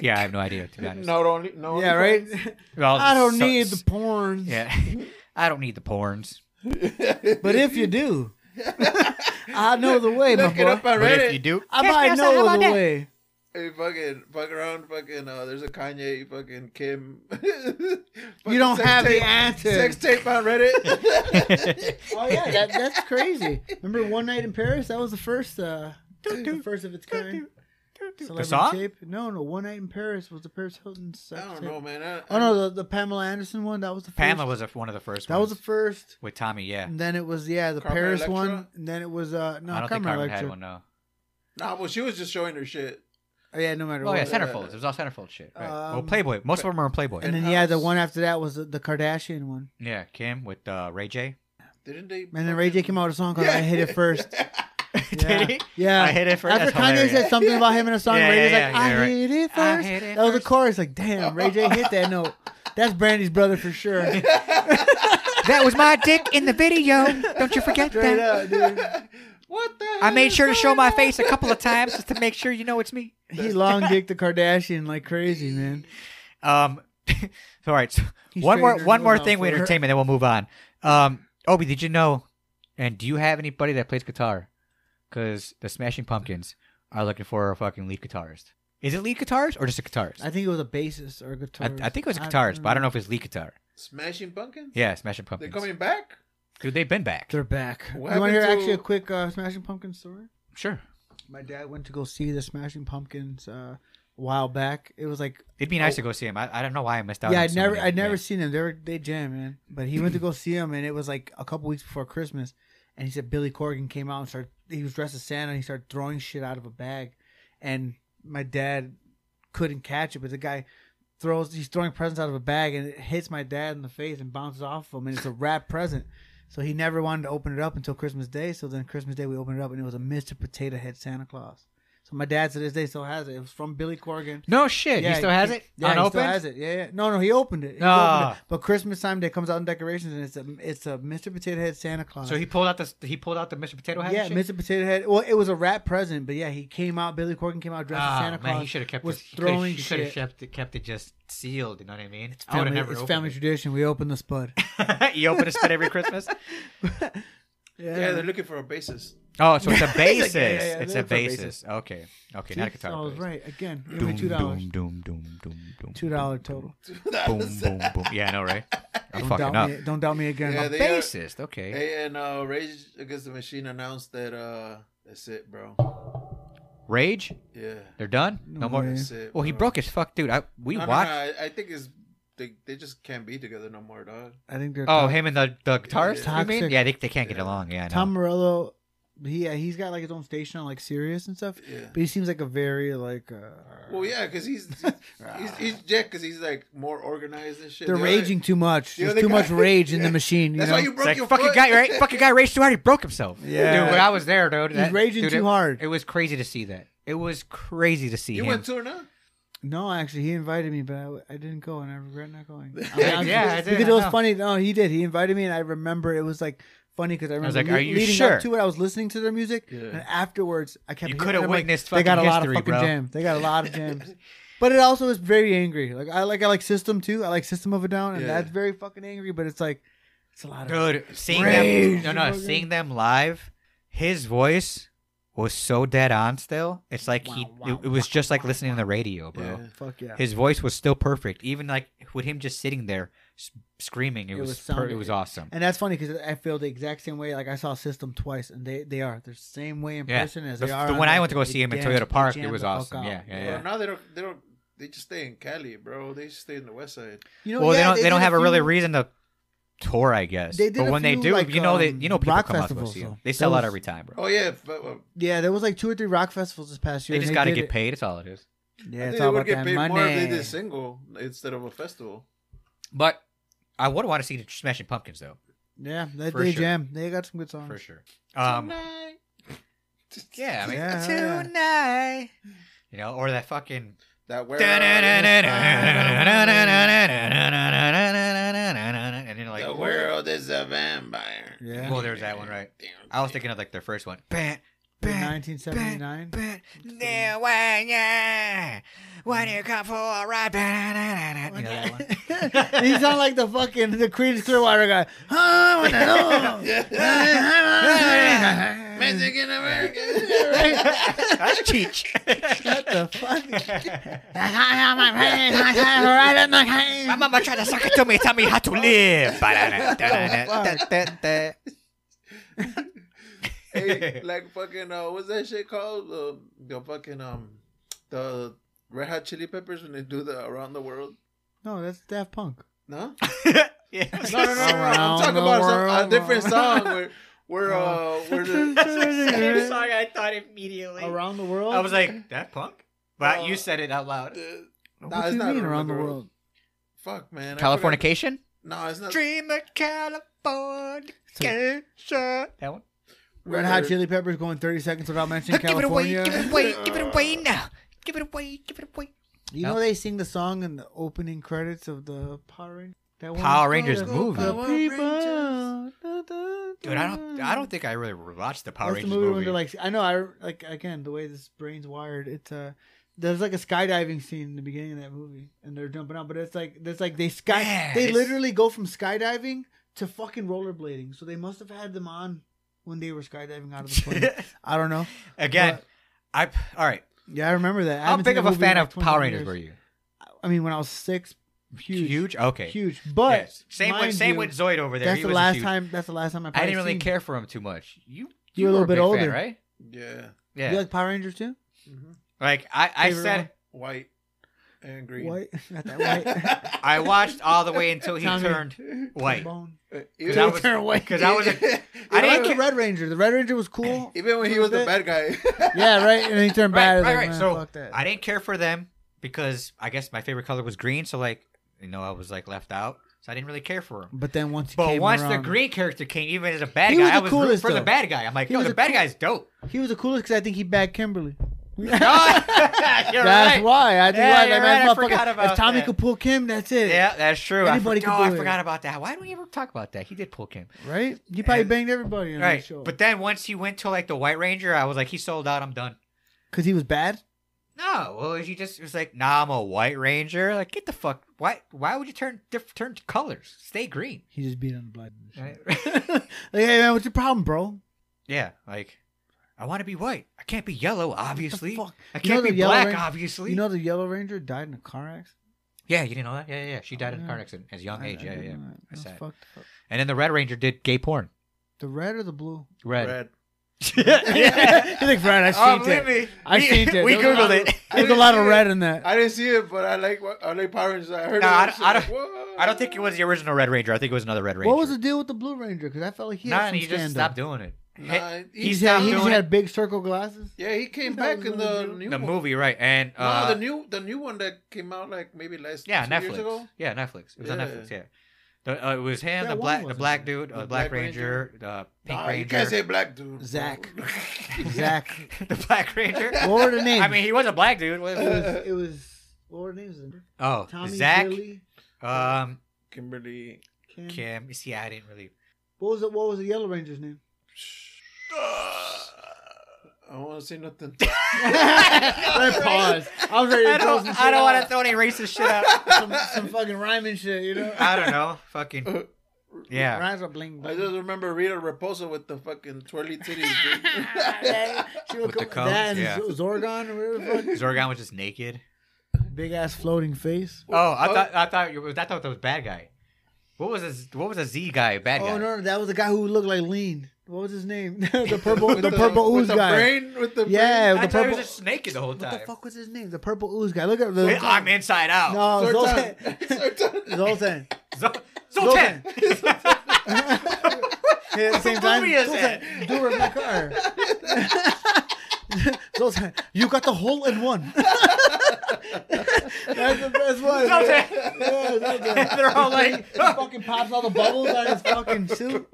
yeah, I have no idea to be honest.
Not only, no.
yeah, right?
Well,
I don't
so-
need the porn.
Yeah, I don't need the porns.
But if you do, I know the way, my
Look it
boy.
up on
But
Reddit.
if you do,
I might know the way.
Hey, fucking fuck around, fucking. Uh, there's a Kanye, fucking Kim.
You don't have the
answer.
answer.
Sex tape on Reddit.
Oh yeah, that, that's crazy. Remember one night in Paris? That was the first, uh, the first of its kind.
The song?
Tape. No, no. One night in Paris was the Paris Hilton.
I
Sex
don't
tape.
know, man. I,
Oh no, the, the Pamela Anderson one. That was the first.
Pamela was a, one of the first.
That was
ones.
the first.
with Tommy. Yeah,
And then it was yeah the
Carmen
Paris
Electra?
one. And then it was uh no
I don't
Carmen
think Carmen
Electra.
had one. No.
Nah, well, she was just showing her shit.
Oh, yeah, no matter
Oh
what.
yeah,
Center-
centerfolds. It was all centerfold shit. Right. well,
Um,
Playboy. Most of them are in Playboy.
And then yeah, the one after that was the, the Kardashian one.
yeah, Kim with uh, Ray J.
Didn't they?
And then Ray J came out with a song called
Yeah.
"I Hit It First. Yeah.
Did he?
Yeah.
I hit it first.
After
That's
Kanye
hilarious.
said something about him in a song,
Yeah,
Ray J's
yeah,
like,
yeah,
I
yeah, right.
hit it
I
first.
hit it
that was the
first.
chorus. Like, damn, Ray J hit that note. That's Brandy's brother for sure.
that was my dick in the video. Don't you forget
Straight
that.
up, dude.
What the?
I made sure to show my face a couple of times just to make sure you know it's me.
He long dicked the Kardashian like crazy, man.
Um, all right. so
He
one more
straightened
one
his
more
nose
thing with
out for her.
entertainment, then we'll move on. Um, Obi, did you know? And do you have anybody that plays guitar? Because the Smashing Pumpkins are looking for a fucking lead guitarist. Is it lead guitarist or just a guitarist?
I think it was a bassist or a
I,
guitarist.
I think it was a guitarist, but I don't know if it's lead guitar.
Smashing Pumpkins?
Yeah, Smashing
They're
Pumpkins.
coming back?
Dude, they've been back.
They're back.
What
you want to hear
happened to-
actually a quick uh, Smashing Pumpkins story?
Sure.
My dad went to go see the Smashing Pumpkins uh, a while back. It was like
It'd be nice to go see him. I, I don't know why I missed out.
Oh. yeah,
on
I'd
so
never
many.
I'd never
Yeah.
seen them. They were they jam, man. But he went to go see them, and it was like a couple weeks before Christmas. And he said Billy Corgan came out and started. He was dressed as Santa, and he started throwing shit out of a bag. And my dad couldn't catch it, but the guy throws. He's throwing presents out of a bag, and it hits my dad in the face and bounces off of him, and it's a wrapped present. So he never wanted to open it up until Christmas Day. So then Christmas Day we opened it up and it was a Mr. Potato Head Santa Claus. So my dad to this day still has it. It was from Billy Corgan.
No shit. he still has it.
Yeah, he
Unopened?
still has it. Yeah, yeah. No, no, he opened it. He
Ah.
opened it. But Christmas time, they comes out in decorations, and it's a it's a Mr. Potato Head Santa Claus.
So he pulled out the he pulled out the Mr. Potato Hat.
yeah,
and shit?
Mr. Potato Head. Well, it was a rat present, but yeah, he came out. Billy Corgan came out dressed
Ah,
as Santa Claus.
man, he should have kept
was
it. He could've-
throwing
he should have
shit.
kept it, kept it just sealed. You know what I mean? It's
Family- it's family tradition. We open the spud.
you open a spit every Christmas.
Yeah, they're looking for a bassist.
Oh, so it's a basis.
yeah, yeah,
it's
they're
a
for basis.
basis. Okay, okay, not a guitar.
I was
bass.
Oh, right again. Give me two dollars.
Doom, doom, doom, doom.
Two dollar total.
Boom, boom, boom. Yeah, I know, right? I'm
Don't
fucking
doubt
up.
me. Don't doubt me again.
Yeah,
I'm
uh,
they are-
Bassist. Okay.
Hey, and uh, Rage Against the Machine announced that uh, that's it, bro.
Rage.
Yeah,
They're done. No more.
way.
that's it.
Well, he
bro.
broke his fuck, dude. I, we
No, no, no,
watched.
I, I think it's they, they just can't be together no more, dog.
I think they're.
Oh,
tough.
him and the the guitarist. You mean?
Toxic.
Yeah, they, they can't get along. Yeah. I know.
Tom Morello. He yeah, he's got like his own station on like Sirius and stuff.
Yeah.
But he seems like a very like. Uh,
Well, yeah, because he's he's, he's Jack, because he's like more organized and shit.
they're
The other-
raging too much.
the
There's
other
too much
guy-
rage in the
Yeah.
machine. You
That's
know?
why you broke
It's
your
like fucking
foot.
guy, right? fucking guy raged too hard. He broke himself.
Yeah.
dude. When I was there, dude,
He's raging
dude,
too
it-
hard.
It was crazy to see that. It was crazy to see
You
him.
went to or not?
No, actually, he invited me, but I, I didn't go, and I regret not going. I mean,
Yeah,
I'm-
yeah, I did,
because
I
it was
know.
funny. No, he did. He invited me, and I remember it was like funny because I remember
was like,
le-
"Are you
leading
sure?"
up to it, I was listening to their music, and afterwards, I kept.
You
hearing-
coulda
and I'm like,
witnessed
They got a
fucking
lot of
history,
fucking
bro."
jams. They got a lot of jams, but it also is very angry. Like I like I like System too. I like System of a Down, and
Yeah.
that's very fucking angry. But it's like it's a lot of.
dude, seeing
Rage.
them, no, no, seeing them live, his voice was so dead on. Still, it's like he, it, it was just like listening to the radio, bro.
Fuck yeah!
His voice was still perfect, even like with him just sitting there s- screaming. It,
It
was,
was
per- it
sounding-
was awesome.
And that's funny because I feel the exact same way. Like I saw System twice, and they they are they're the same way in
Yeah.
person as
The-
they are.
the
on
one I
the-
went to go
they
see him in
jam-
Toyota
they
Park,
jam
it was
the fuck
awesome.
out.
Yeah, yeah,
Well,
yeah.
now they don't. They don't. They just stay in Cali, bro. They just stay in the West Side.
You know,
well,
yeah,
they don't. They, don't
did
have a really
few-
reason to tour, I guess.
They did
but
a
when
few,
they do,
like,
you know, they
um,
you know people
rock
come out to go
festivals,
see them.
though.
They
That
sell out
was-
every time, bro.
Oh yeah, but, uh,
Yeah, there was like two or three rock festivals this past year.
They just
got to
get paid. That's all it is.
Yeah,
I think
it's all
they
about
would get
that
paid
money.
more if they did single instead of a festival.
But I would want to see the Smashing Pumpkins though,
yeah, they,
For
they
sure.
jam. They got some good songs.
for sure. Um, yeah, I mean,
Yeah, oh, yeah.
tonight. You know, or that fucking.
That where
And then
the
like,
world is a vampire.
Yeah.
well, there's that one, right? I was thinking of like their first one. Bam,
In
bam,
1979.
bam. Now, why, yeah, when you come for a ride, bam, bam, bam, bam. You know that one?
he sound like the fucking the Creedence Clearwater guy. Oh, I know.
Mexican American.
That's Cheech.
What the fuck?
My mama tried to suck it to me, tell me how to live.
hey, like fucking uh, what's that shit called? The the fucking um the Red Hot Chili Peppers when they do the around the world.
No, that's Daft Punk.
No,
Yes.
no, no, no. no, no. I'm
Around
talking
the
about some, a
world.
different song where where uh where
Same
the,
song I thought immediately.
Around the world.
I was like, that punk? But you said it out loud.
the
what
Nah,
do
it's
you
not
mean around the world?
fuck man I forgot-
Californication?
No, it's not.
Dream of California. That one?
Red Hot Chili Peppers going 30 seconds without mentioning California.
away, give it away now. Give it away, give it away.
You know they sing the song in the opening credits of the Power Rangers. That one
Power
was
Rangers
called
movie.
The
Power
people. Da, da,
Dude, I don't
da.
I don't think I really watched the Power
That's Mm. the
Rangers movie.
movie, when they're like, I know, I like again the way this brain's wired. It's uh, there's like a skydiving scene in the beginning of that movie, and they're jumping out, but it's like there's like they sky,
Yeah,
they
it's-
literally go from skydiving to fucking rollerblading. So they must have had them on when they were skydiving out of the plane. I don't know.
Again,
But-
I all right.
Yeah, I remember that. I
How
haven't
big
seen
of
that
a
movie in
fan
like
of
25
Power Rangers
years.
were you?
I mean, when I was six, huge,
Okay.
huge. But
Yeah, Same with
mind
same
you,
with Zoid over there.
That's
He
the
was a
last
huge-
time. That's the last time I.
I
Probably
didn't really
seen-
care for him too much. You
You're a little
were
bit
big
older.
fan, right?
Yeah,
Yeah.
You like Power Rangers too?
Like I, I
Favorite
said,
one?
white and green.
White, not that white.
I watched all the way until he
Tommy.
turned white.
Bone.
Because I was,
Even,
because I was, a, I
I
didn't
like the
care.
Red Ranger. The Red Ranger was cool.
even when he was the bad guy.
yeah, right. And then he turned
Right,
bad.
right,
Right,
right.
Man,
So
fuck that.
I didn't care for them because I guess my favorite color was green. So like, you know, I was like left out. so I didn't really care for him.
But then once he
But
came
once the
around-
green character came, even as a bad
He
guy,
was the
I was rooting
coolest,
for the
though.
bad guy. I'm like,
He
yo,
was
the
the
bad
cool-
guy's dope.
he was the coolest because I think he bagged Kimberly.
You're
That's
right.
why I think
Yeah,
why
you're right.
that man's
I
motherfucker-
forgot about
If Tommy
that.
could pull Kim, that's it.
Yeah, that's true.
Anybody
I,
could
for- oh,
do
I
it.
forgot about that. Why do we ever talk about that? He did pull Kim.
Right? You probably
And-
banged everybody on
Right.
that show.
But then once he went to like the White Ranger, I was like, he sold out. I'm done.
because he was bad.
No, well, he just was like, nah, I'm a White Ranger. Like, get the fuck. Why? Why would you turn diff- turn to colors? Stay green.
He just beat on the blood. and shit.
Right?
Like, hey man, what's your problem, bro?
yeah, like. I want to be white. I can't be yellow, obviously.
fuck?
I
You know
can't
the
be
Yellow
black,
Ranger-
obviously.
You know the Yellow Ranger died in a car accident.
yeah, you didn't know that? Yeah, yeah, yeah. She died in a
Yeah.
car accident as a young
I-
age.
I
Oh, Yeah, yeah,
didn't
yeah.
know that.
That's
That's
sad.
fucked up.
And then the Red Ranger did gay porn.
The red or the blue?
Red.
you think red? I
Oh,
seen
believe
it.
me.
I
We-
seen it.
We
There was
Googled
a lot
it.
of- There's a lot of red in that.
I didn't see it, but I like what- I like Power Rangers. I heard.
No,
it,
I
was
don't- I
just
don't-
like, "Whoa."
I don't think it was the original Red Ranger. I think it was another Red Ranger.
What was the deal with the blue ranger? Because I felt like he
Nah,
had some
he just
stand-up.
stopped doing it.
Nah,
he,
he
he
He,
just
had,
stopped
he just
doing
had big circle glasses.
Yeah, he came back
That was
in
really
the
good.
new
the
one.
movie, right? And uh,
no, the new the new one that came out like maybe last
yeah,
two years
Netflix.
ago.
Yeah, Netflix. It was on
Yeah.
Netflix. Yeah, the, uh, it was him,
That
the
one
black, the
wasn't
black
it?
dude, uh,
The
Black
Black
Ranger, the Pink
Nah, you
Ranger,
can't say black dude. bro.
Zach. Zach.
the Black Ranger.
What were the names?
I mean, he was a black dude. What-
it was, it was what were the names? of them?
oh,
Tommy,
Zach,
Billy,
um,
Kimberly.
Kim.
Kim. You see, I didn't really.
What was the, what was the Yellow Ranger's name?
I don't want to say nothing.
Let's pause. I was ready to
I
throw
don't.
some shit
I don't want to
out.
throw any racist shit out.
some, some fucking rhyming shit, you know.
I don't know.
Uh,
Fucking. Yeah.
Rhymes are bling.
I
bling.
just remember Rita Repulsa with the fucking twirly titties. Dude.
That- she would
With the
come,
cones,
that and
yeah.
Z- Zorgon or whatever the
Zorgon was just naked.
fuck. Big ass floating face.
Oh, I thought I thought you I thought that was bad guy. What was his, what was a Z guy? Bad guy.
Oh no, no, that was the guy who looked like Lean. What was his name? the purple,
With
the, purple
with
ooze
the
guy.
Brain, with the
Yeah,
I
the
thought
purple.
he was just naked the whole
what the
time.
fuck was his name? The purple ooze guy. Look at the.
Hey, I'm inside out.
no,
brain.
Zoltan.
Zoltan.
Zoltan.
Zo- Zoltan.
Yeah, at the same
What
time.
movie is
Zoltan, do Rebecca. or- Zoltan, you got the hole in one. That's the best one.
Zoltan.
Yeah, Zoltan.
They're all like,
He fucking pops all the bubbles out of his fucking suit.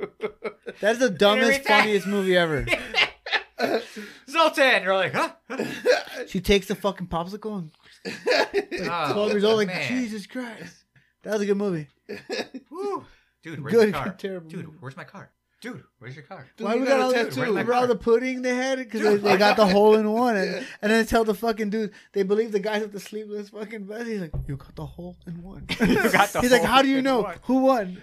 That's the
Every
dumbest,
time.
funniest movie ever.
Zoltan. You're like, huh?
She takes the fucking popsicle and
Oh,
12 years old, like,
man.
Jesus Christ. That was a good movie.
Woo. Dude, where's
Good,
your car?
good, terrible
Dude,
movie.
where's my car? Dude, where's your car?
Dude,
Why
you
we
got
got,
a
all
tattoo.
the, remember
Right
all the pudding they had because they,
Dude,
they got the hole in one, and, and then they tell the fucking dude they believe the guys with the sleeveless fucking vest. He's like, "You got the hole in one."
got the
he's like,
hole
"How do you
in
know
one."
who won?"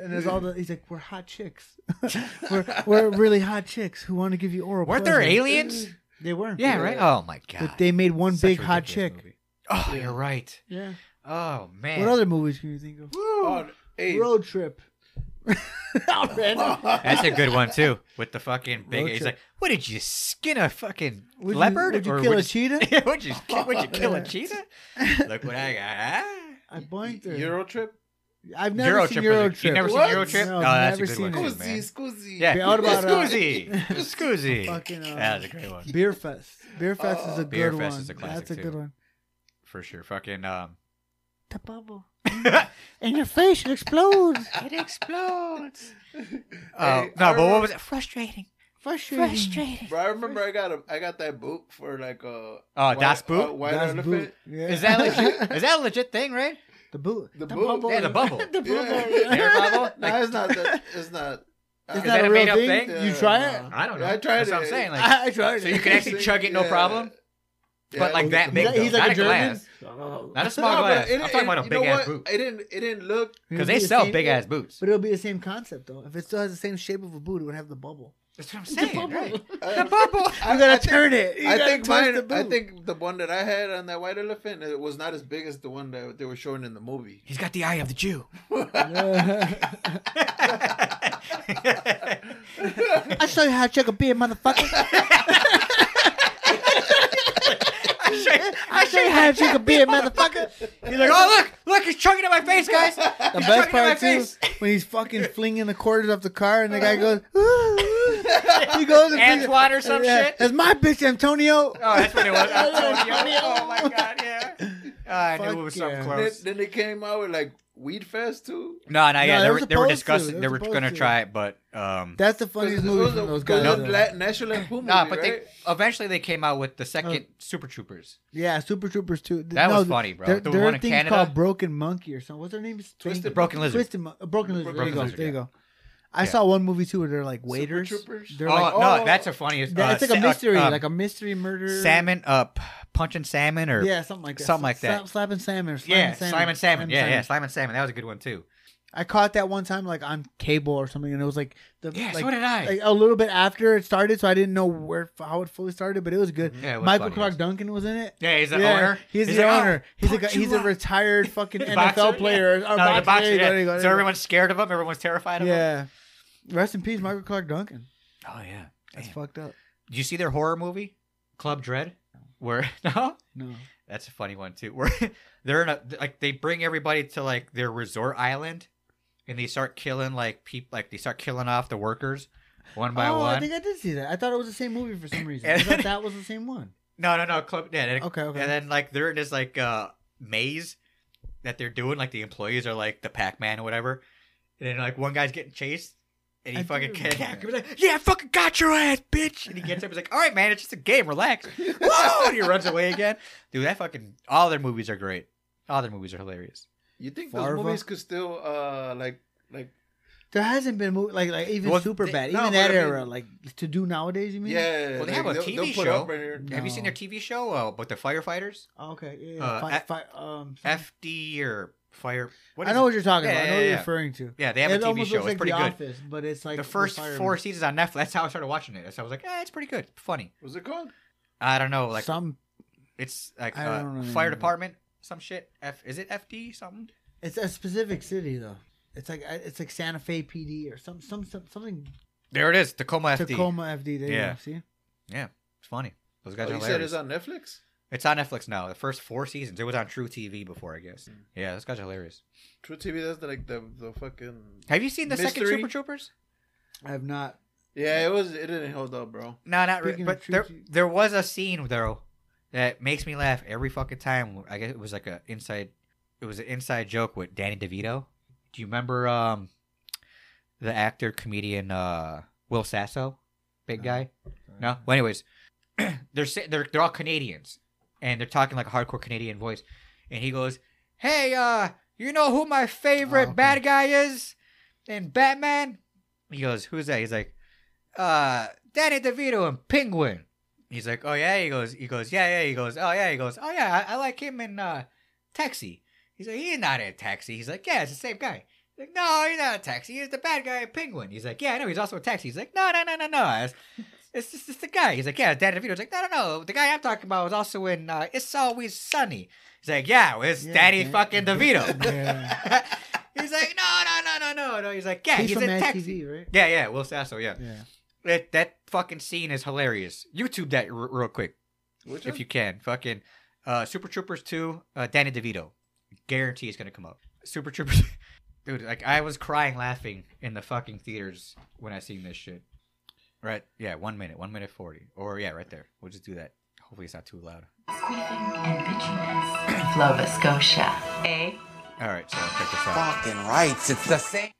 And there's all the he's like, "We're hot chicks. we're we're really hot chicks who want to give you oral."
Weren't there
pleasure."
aliens?
They were.
Yeah, right. Oh my god.
But they made one
Such a
big hot
ridiculous
chick.
movie. Oh, you're right.
Yeah.
Oh man.
What other movies can you think of?
Oh, hey,
Road trip. All random.
That's a good one too. With the fucking big,
Road
he's
trip.
like, "What did you skin a fucking
Would you-
leopard?
would you
or
kill a
you-
cheetah?
would you ki- would you kill a cheetah? Look what I got! Ah.
I blanked her.
Euro trip.
I've never
Euro
seen
Trip
Euro
was a-
Trip.
you've never seen
What?
Euro Trip? Oh,
No, I've
that's a
never
good
seen
one,
it.
too, man.
Scoozy, scoozy.
Yeah,
Yeah, what about, uh,
Scoozy, Scoozy.
fucking, uh,
that was a great one
Beer Fest. Beer Fest is a good
Beer
one.
Fest is a classic,
Oh. That's a
too.
good one.
for sure. Fucking um,
The bubble. and your face explodes.
it explodes. Oh
Hey,
no,
I
but what
remember-
was it? Frustrating.
Frustrating.
Bro, I remember I got a I got that boot for like a
Oh, Das Boot?
uh, white
That's
elephant.
boot. Yeah.
Is that legit? is that a legit thing, right?
the boot?
The boot?
Yeah, the bubble.
the bubble.
Yeah.
Air bubble?
No, it's not. That, it's not.
Is
Is
that
that
a
a
real
made-up
thing?
thing?
You
Yeah,
try
no.
it?
I don't know.
I tried
That's what I'm
it.
saying. Like,
I, I tried it.
so you can actually chug it, no
Yeah.
problem. But like that big, though,
He's like- oh, he's like
not
a
a
German?
glass, not a small
No, but
glass.
it-
I'm talking
it-
about a
you know
big ass
what?
boot
It didn't. It didn't look.
because
It'll
they
be the
sell
same-
big ass boots.
But it'll be the same concept though. If it still has the same shape of a boot, it would have the bubble.
That's what I'm saying. Right?
I-
The bubble.
I,
You gotta
I think-
turn it. You
I
gotta
think
twist
mine.
the boot.
I think the one that I had on that white elephant it was not as big as the one that they were showing in the movie.
He's got the eye of the Jew.
I show you how to check a beer, motherfucker. I show you how to check a beer, motherfucker.
He's like, oh look, look, he's chugging at my face, guys. Oh,
The
The
best part too, when he's fucking flinging the quarters off the car, and the guy goes, "Ooh," he goes and flings-
Antoine or some shit.
That's my bitch,
Oh,
Antonio.
that's what it was.
Yeah, yeah,
Antonio. Oh my god, yeah. I
Fuck
knew it was something
yeah.
Then,
close.
then they came out with like Weed Fest too.
No, not yet.
they
They
were
were, they were
supposed to.
discussing.
They
They
were
were gonna
supposed to.
try it, but um,
That's the
It was
funniest movie
a-
from those
it was
guys.
a
though.
La- National Lampoon
nah,
movie,
but
right?
they eventually they came out with the second Super Troopers.
yeah, Super Troopers too.
That was funny, bro.
There,
The
there
one
are
in
things
Canada?
called Broken Monkey or something. What's their name?
Twisted
Broken Lizard.
Twisted Mon- uh, Broken Lizard.
Broken
there you go.
Lizard,
There you
yeah.
go. I
Yeah.
saw one movie too where they're like
Super
waiters.
Troopers?
They're
oh
like
no,
oh,
that's a funniest.
Yeah,
uh,
it's like
sa-
a
uh,
mystery,
um,
like a mystery murder.
salmon up, punching salmon or
Yeah, something like that.
Something like that.
Slap, slapping salmon. Or slamming
yeah,
salmon.
Simon Salmon.
Slamming
Yeah, yeah, Simon Salmon. That was a good one too.
I caught that one time, like on cable or something, and it was like the
Yeah,
like,
so did I.
like, a little bit after it started, so I didn't know where how it fully started, but it was good.
Yeah, it was
Michael
funny.
Clark Duncan was in it.
yeah, he's the
Yeah,
owner.
He's, the
like,
owner.
"Oh,
he's a
punch
guy- he's
you
a
up."
retired fucking NFL
Boxer? Yeah.
player. Or
No, the
boxer,
boxer,
there you go,
yeah.
there you go, there
So
you go.
everyone's scared of him. Everyone's terrified of him.
Yeah. Rest in peace, Michael Clark Duncan.
Oh yeah.
That's
Damn.
fucked up.
Did you see their horror movie, Club Dread? Where no,
No.
that's a funny one too. Where they're in a like they bring everybody to like their resort island, and they start killing like people like they start killing off the workers one by
oh,
one.
I think I did see that. I thought it was the same movie for some reason. I
And-
thought that was the same one.
No, no, no. Club. Yeah. and-
Okay, okay.
And then like they're in this like uh maze that they're doing. Like the employees are like the Pac Man or whatever. And then like one guy's getting chased. And he
I do
fucking
remember
can't
that.
He's like, yeah, I fucking got your ass, bitch. And he gets up. He's like, all right, man, it's just a game. Relax. Whoa! And he runs away again. Dude, that fucking all their movies are great. All their movies are hilarious.
You think
Farva?
those movies could still uh like like
There hasn't been a movie like like even
Well,
super
they-
bad,
no,
even
but
that
I mean-
era, like to do nowadays. You mean?
yeah?
Well, they
like,
have a
they'll-
TV
they'll put
show.
up right here.
Have you seen
No.
their TV show uh, about the firefighters?
Oh, okay. Yeah. yeah.
Uh,
Fi-
at-
fi- um,
FD or fire? What
I
is
know
it?
what you're talking
Yeah,
about. I
yeah,
know what
yeah.
you're referring to.
Yeah, they have
it
a TV
almost
show. It's
looks like
pretty
The
good.
Office, but it's like
the first
firemen.
four seasons on Netflix. That's how I started watching it. So I was like, eh, it's pretty good, funny.
What's it called?
I don't know, like
some.
it's like
I
uh,
don't remember.
fire department, some shit. F is it FD something?
It's a specific city though. It's like uh, it's like Santa Fe PD or some some, some something
There it is, Tacoma FD.
Tacoma FD. There
Yeah.
you go. See,
Yeah, it's funny. Those
Oh,
guys are
you said
hilarious.
it's on Netflix.
it's on Netflix now. The first four seasons. It was on True TV before, I
Hmm.
guess. Yeah, those guys are hilarious.
True TV. That's like the the fucking.
Have you seen the second
Mystery?
Super Troopers?
I have not.
Yeah, it was. It didn't hold up, bro.
No, not really.
Speaking
But
of True
there,
T-
there was a scene though that makes me laugh every fucking time. I guess it was like a inside, it was an inside joke with Danny DeVito. Do you remember um, the actor comedian uh Will Sasso, big
No.
guy? No. Well, anyways, they're sit- they're they're all Canadians, and they're talking like a hardcore Canadian voice, and he goes, "Hey, uh, you know who my favorite
Oh, okay.
bad guy is in Batman?" He goes, "Who's that?" He's like, "Uh, Danny DeVito and Penguin." He's like, "Oh yeah." He goes, "He goes, yeah, yeah." He goes, "Oh yeah." He goes, "Oh yeah." I, I like him in uh, Taxi. He's like, "He's not in Taxi." He's like, "Yeah, it's the same guy." He's like, no, he's not a taxi. He's the bad guy, in Penguin. He's like, yeah, I know. He's also a taxi. He's like, no, no, no, no, no. It's- it's just it's the guy. He's like, yeah, Danny DeVito's like, no, no, no. The guy I'm talking about was also in uh, It's Always Sunny. He's like, yeah, well, it's
Yeah,
Danny
Dan-
fucking DeVito.
Yeah.
he's like, no, no, no, no, no, no. He's like, yeah,
He's
he's,
from
in
Mad
taxi.
TV, right?
Yeah, yeah, Will Sasso, yeah.
Yeah.
That, that fucking scene is hilarious. YouTube that r- real quick,
Which
if you can. Fucking uh, Super Troopers 2, uh, Danny DeVito. Guarantee it's going to come up. Super Troopers. Dude, like, I was crying laughing in the fucking theaters when I seen this shit. Right? Yeah, one minute, one minute 40. Or, yeah, right there. We'll just do that. Hopefully it's not too loud.
Squeezing and bituminous. Nova Scotia. A.
All right, so check this out.
fucking rights. It's the same.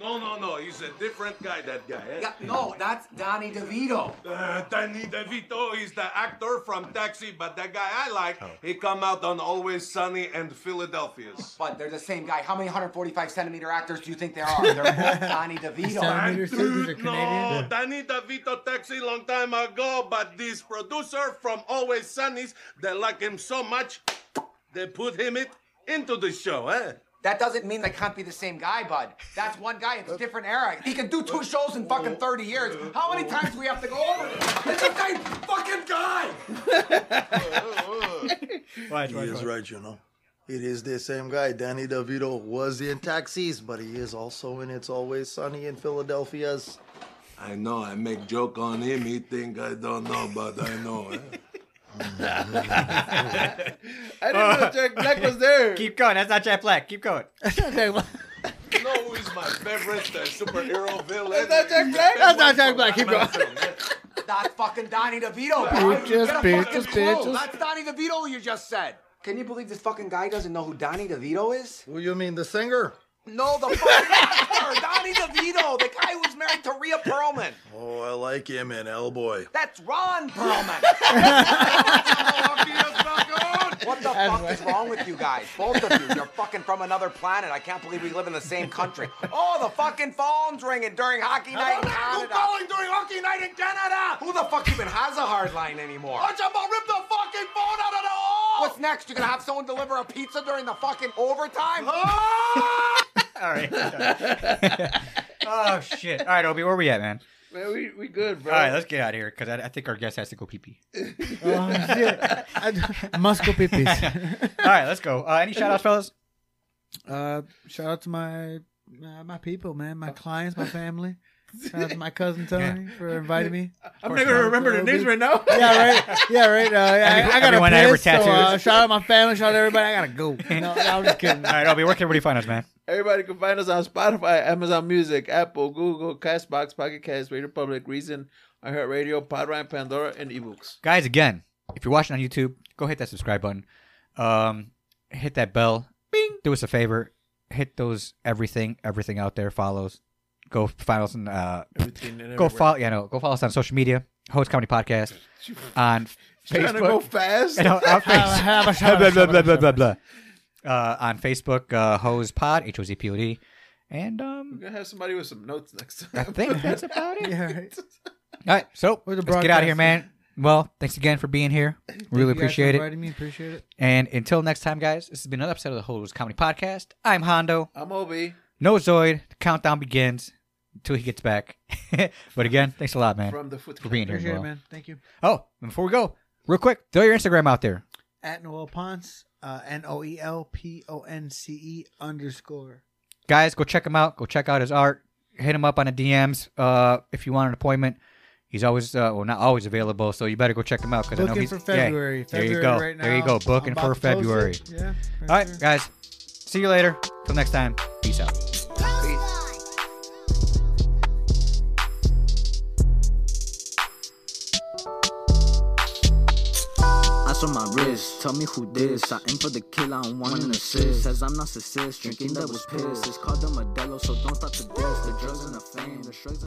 No, no, no. He's a different guy, that guy. Eh?
Yeah, no, that's Donnie DeVito.
Uh, Danny DeVito is the actor from Taxi, but that guy I like,
Oh.
he come out on Always Sunny and Philadelphia's.
But they're the same guy. How many 145 centimeter actors do you think there are? They're both Donnie DeVito.
Centimeter scissors are
Dude, no,
Canadian.
Danny DeVito Taxi long time ago, but this producer from Always Sunny's, they like him so much, they put him it into the show, eh?
That doesn't mean they can't be the same guy, bud. That's one guy. It's a different era. He can do two shows in fucking 30 years. How many times do we have to go over this? It's the same fucking guy.
He is right, you know. It is the same guy. Danny DeVito was in taxis, but he is also in It's Always Sunny in Philadelphia's.
I know, I make joke on him, he think I don't know, but I know, eh?
I didn't know Jack Black was there.
Keep going. That's not Jack Black. Keep going.
You know who is my favorite uh, superhero villain?
That's not Jack Black.
That's not Jack Black. Keep going.
That's fucking Donnie DeVito. bro.
Bitches,
Get a fucking
bitches,
clue.
bitches.
That's Donnie DeVito you just said. Can you believe this fucking guy doesn't know who Donnie DeVito is?
Who you mean, the singer?
No, the fucking actor, Donnie DeVito, the guy who's married to Rhea Perlman.
Oh, I like him in Elboy.
That's Ron Perlman. what the fuck is wrong with you guys? Both of you, you're fucking from another planet. I can't believe we live in the same country. Oh, the fucking phone's ringing during hockey night in Canada. calling during hockey night in Canada? Who the fuck even has a hard line anymore? Archibald, rip the fucking phone out of the hole! What's next? You're gonna have someone deliver a pizza during the fucking overtime?
All right. oh shit! All right, Obi, where we at, man?
Man, we, we good, bro.
All right, let's get out of here because I, I think our guest has to go pee pee.
Oh, shit. I- Must go pipis.
All right, let's go. Uh, any shout outs, fellas?
Uh, shout out to my uh, my people, man, my clients, my family. Shout out to my cousin Tony for inviting me.
I'm not gonna remember the names right now.
Yeah, right. Yeah, right. Uh,
Every-
I, I got
everyone
a
I ever
piss, so, uh,
tattooed.
shout out my family. Shout out everybody. I gotta go. No, no, I'm just kidding.
All right, Obi, where can everybody find us, man?
Everybody can find us on Spotify, Amazon Music, Apple, Google, Castbox, Pocket Cast, Radio Public, Reason, iHeartRadio, Podvine, Pandora, and eBooks.
Guys, again, if you're watching on YouTube, go hit that subscribe button. Um, hit that bell. Bing. Do us a favor. Hit those everything, everything out there follows. Go find us on uh,
Everything and
go
everywhere.
follow. Yeah, no, go follow us on social media. Host Comedy Podcast on
Trying to go
Facebook.
fast.
No, on
Have a-
Facebook.
have a shout
blah,
out,
blah, blah,
shout
blah,
out,
blah,
shout
blah,
out.
Uh, on Facebook, uh, Hose Pod, H O Z P O D, and um,
We're gonna have somebody with some notes next time.
I think that's about it.
Yeah, right.
All right, so
We're
let's
the
get out of here,
broadcasters.
man. Well, thanks again for being here. Really
You guys for
appreciate it.
Inviting me, appreciate it.
And until next time, guys, this has been another episode of the Holders Comedy Podcast. I'm Hondo.
I'm Obi
No Zoid. The countdown begins until he gets back. but again, thanks a lot, man,
from the Foot
for being here.
Appreciate it,
Noel.
man. Thank you.
Oh, and before we go, real quick, throw your Instagram out there.
At Noel Ponce, uh, N O E L P O N C E underscore.
guys, go check him out. Go check out his art. Hit him up on the DMs uh, if you want an appointment. He's always, uh, well, not always available, so you better go check him out because I know
Booking
he's
for
yeah,
February.
there you
February
go.
Right now.
There you go. Booking
I'm
for
about to post
February.
it. Yeah. for
All right,
sure.
guys. See you later. Till next time. Peace out.
Eyes on my wrist, tell me who this. I aim for the kill, I don't want an assist. Says I'm narcissist, drinking that was piss. It's called the Modelo, so don't stop to diss. The drugs and the fame, the shrugs. and-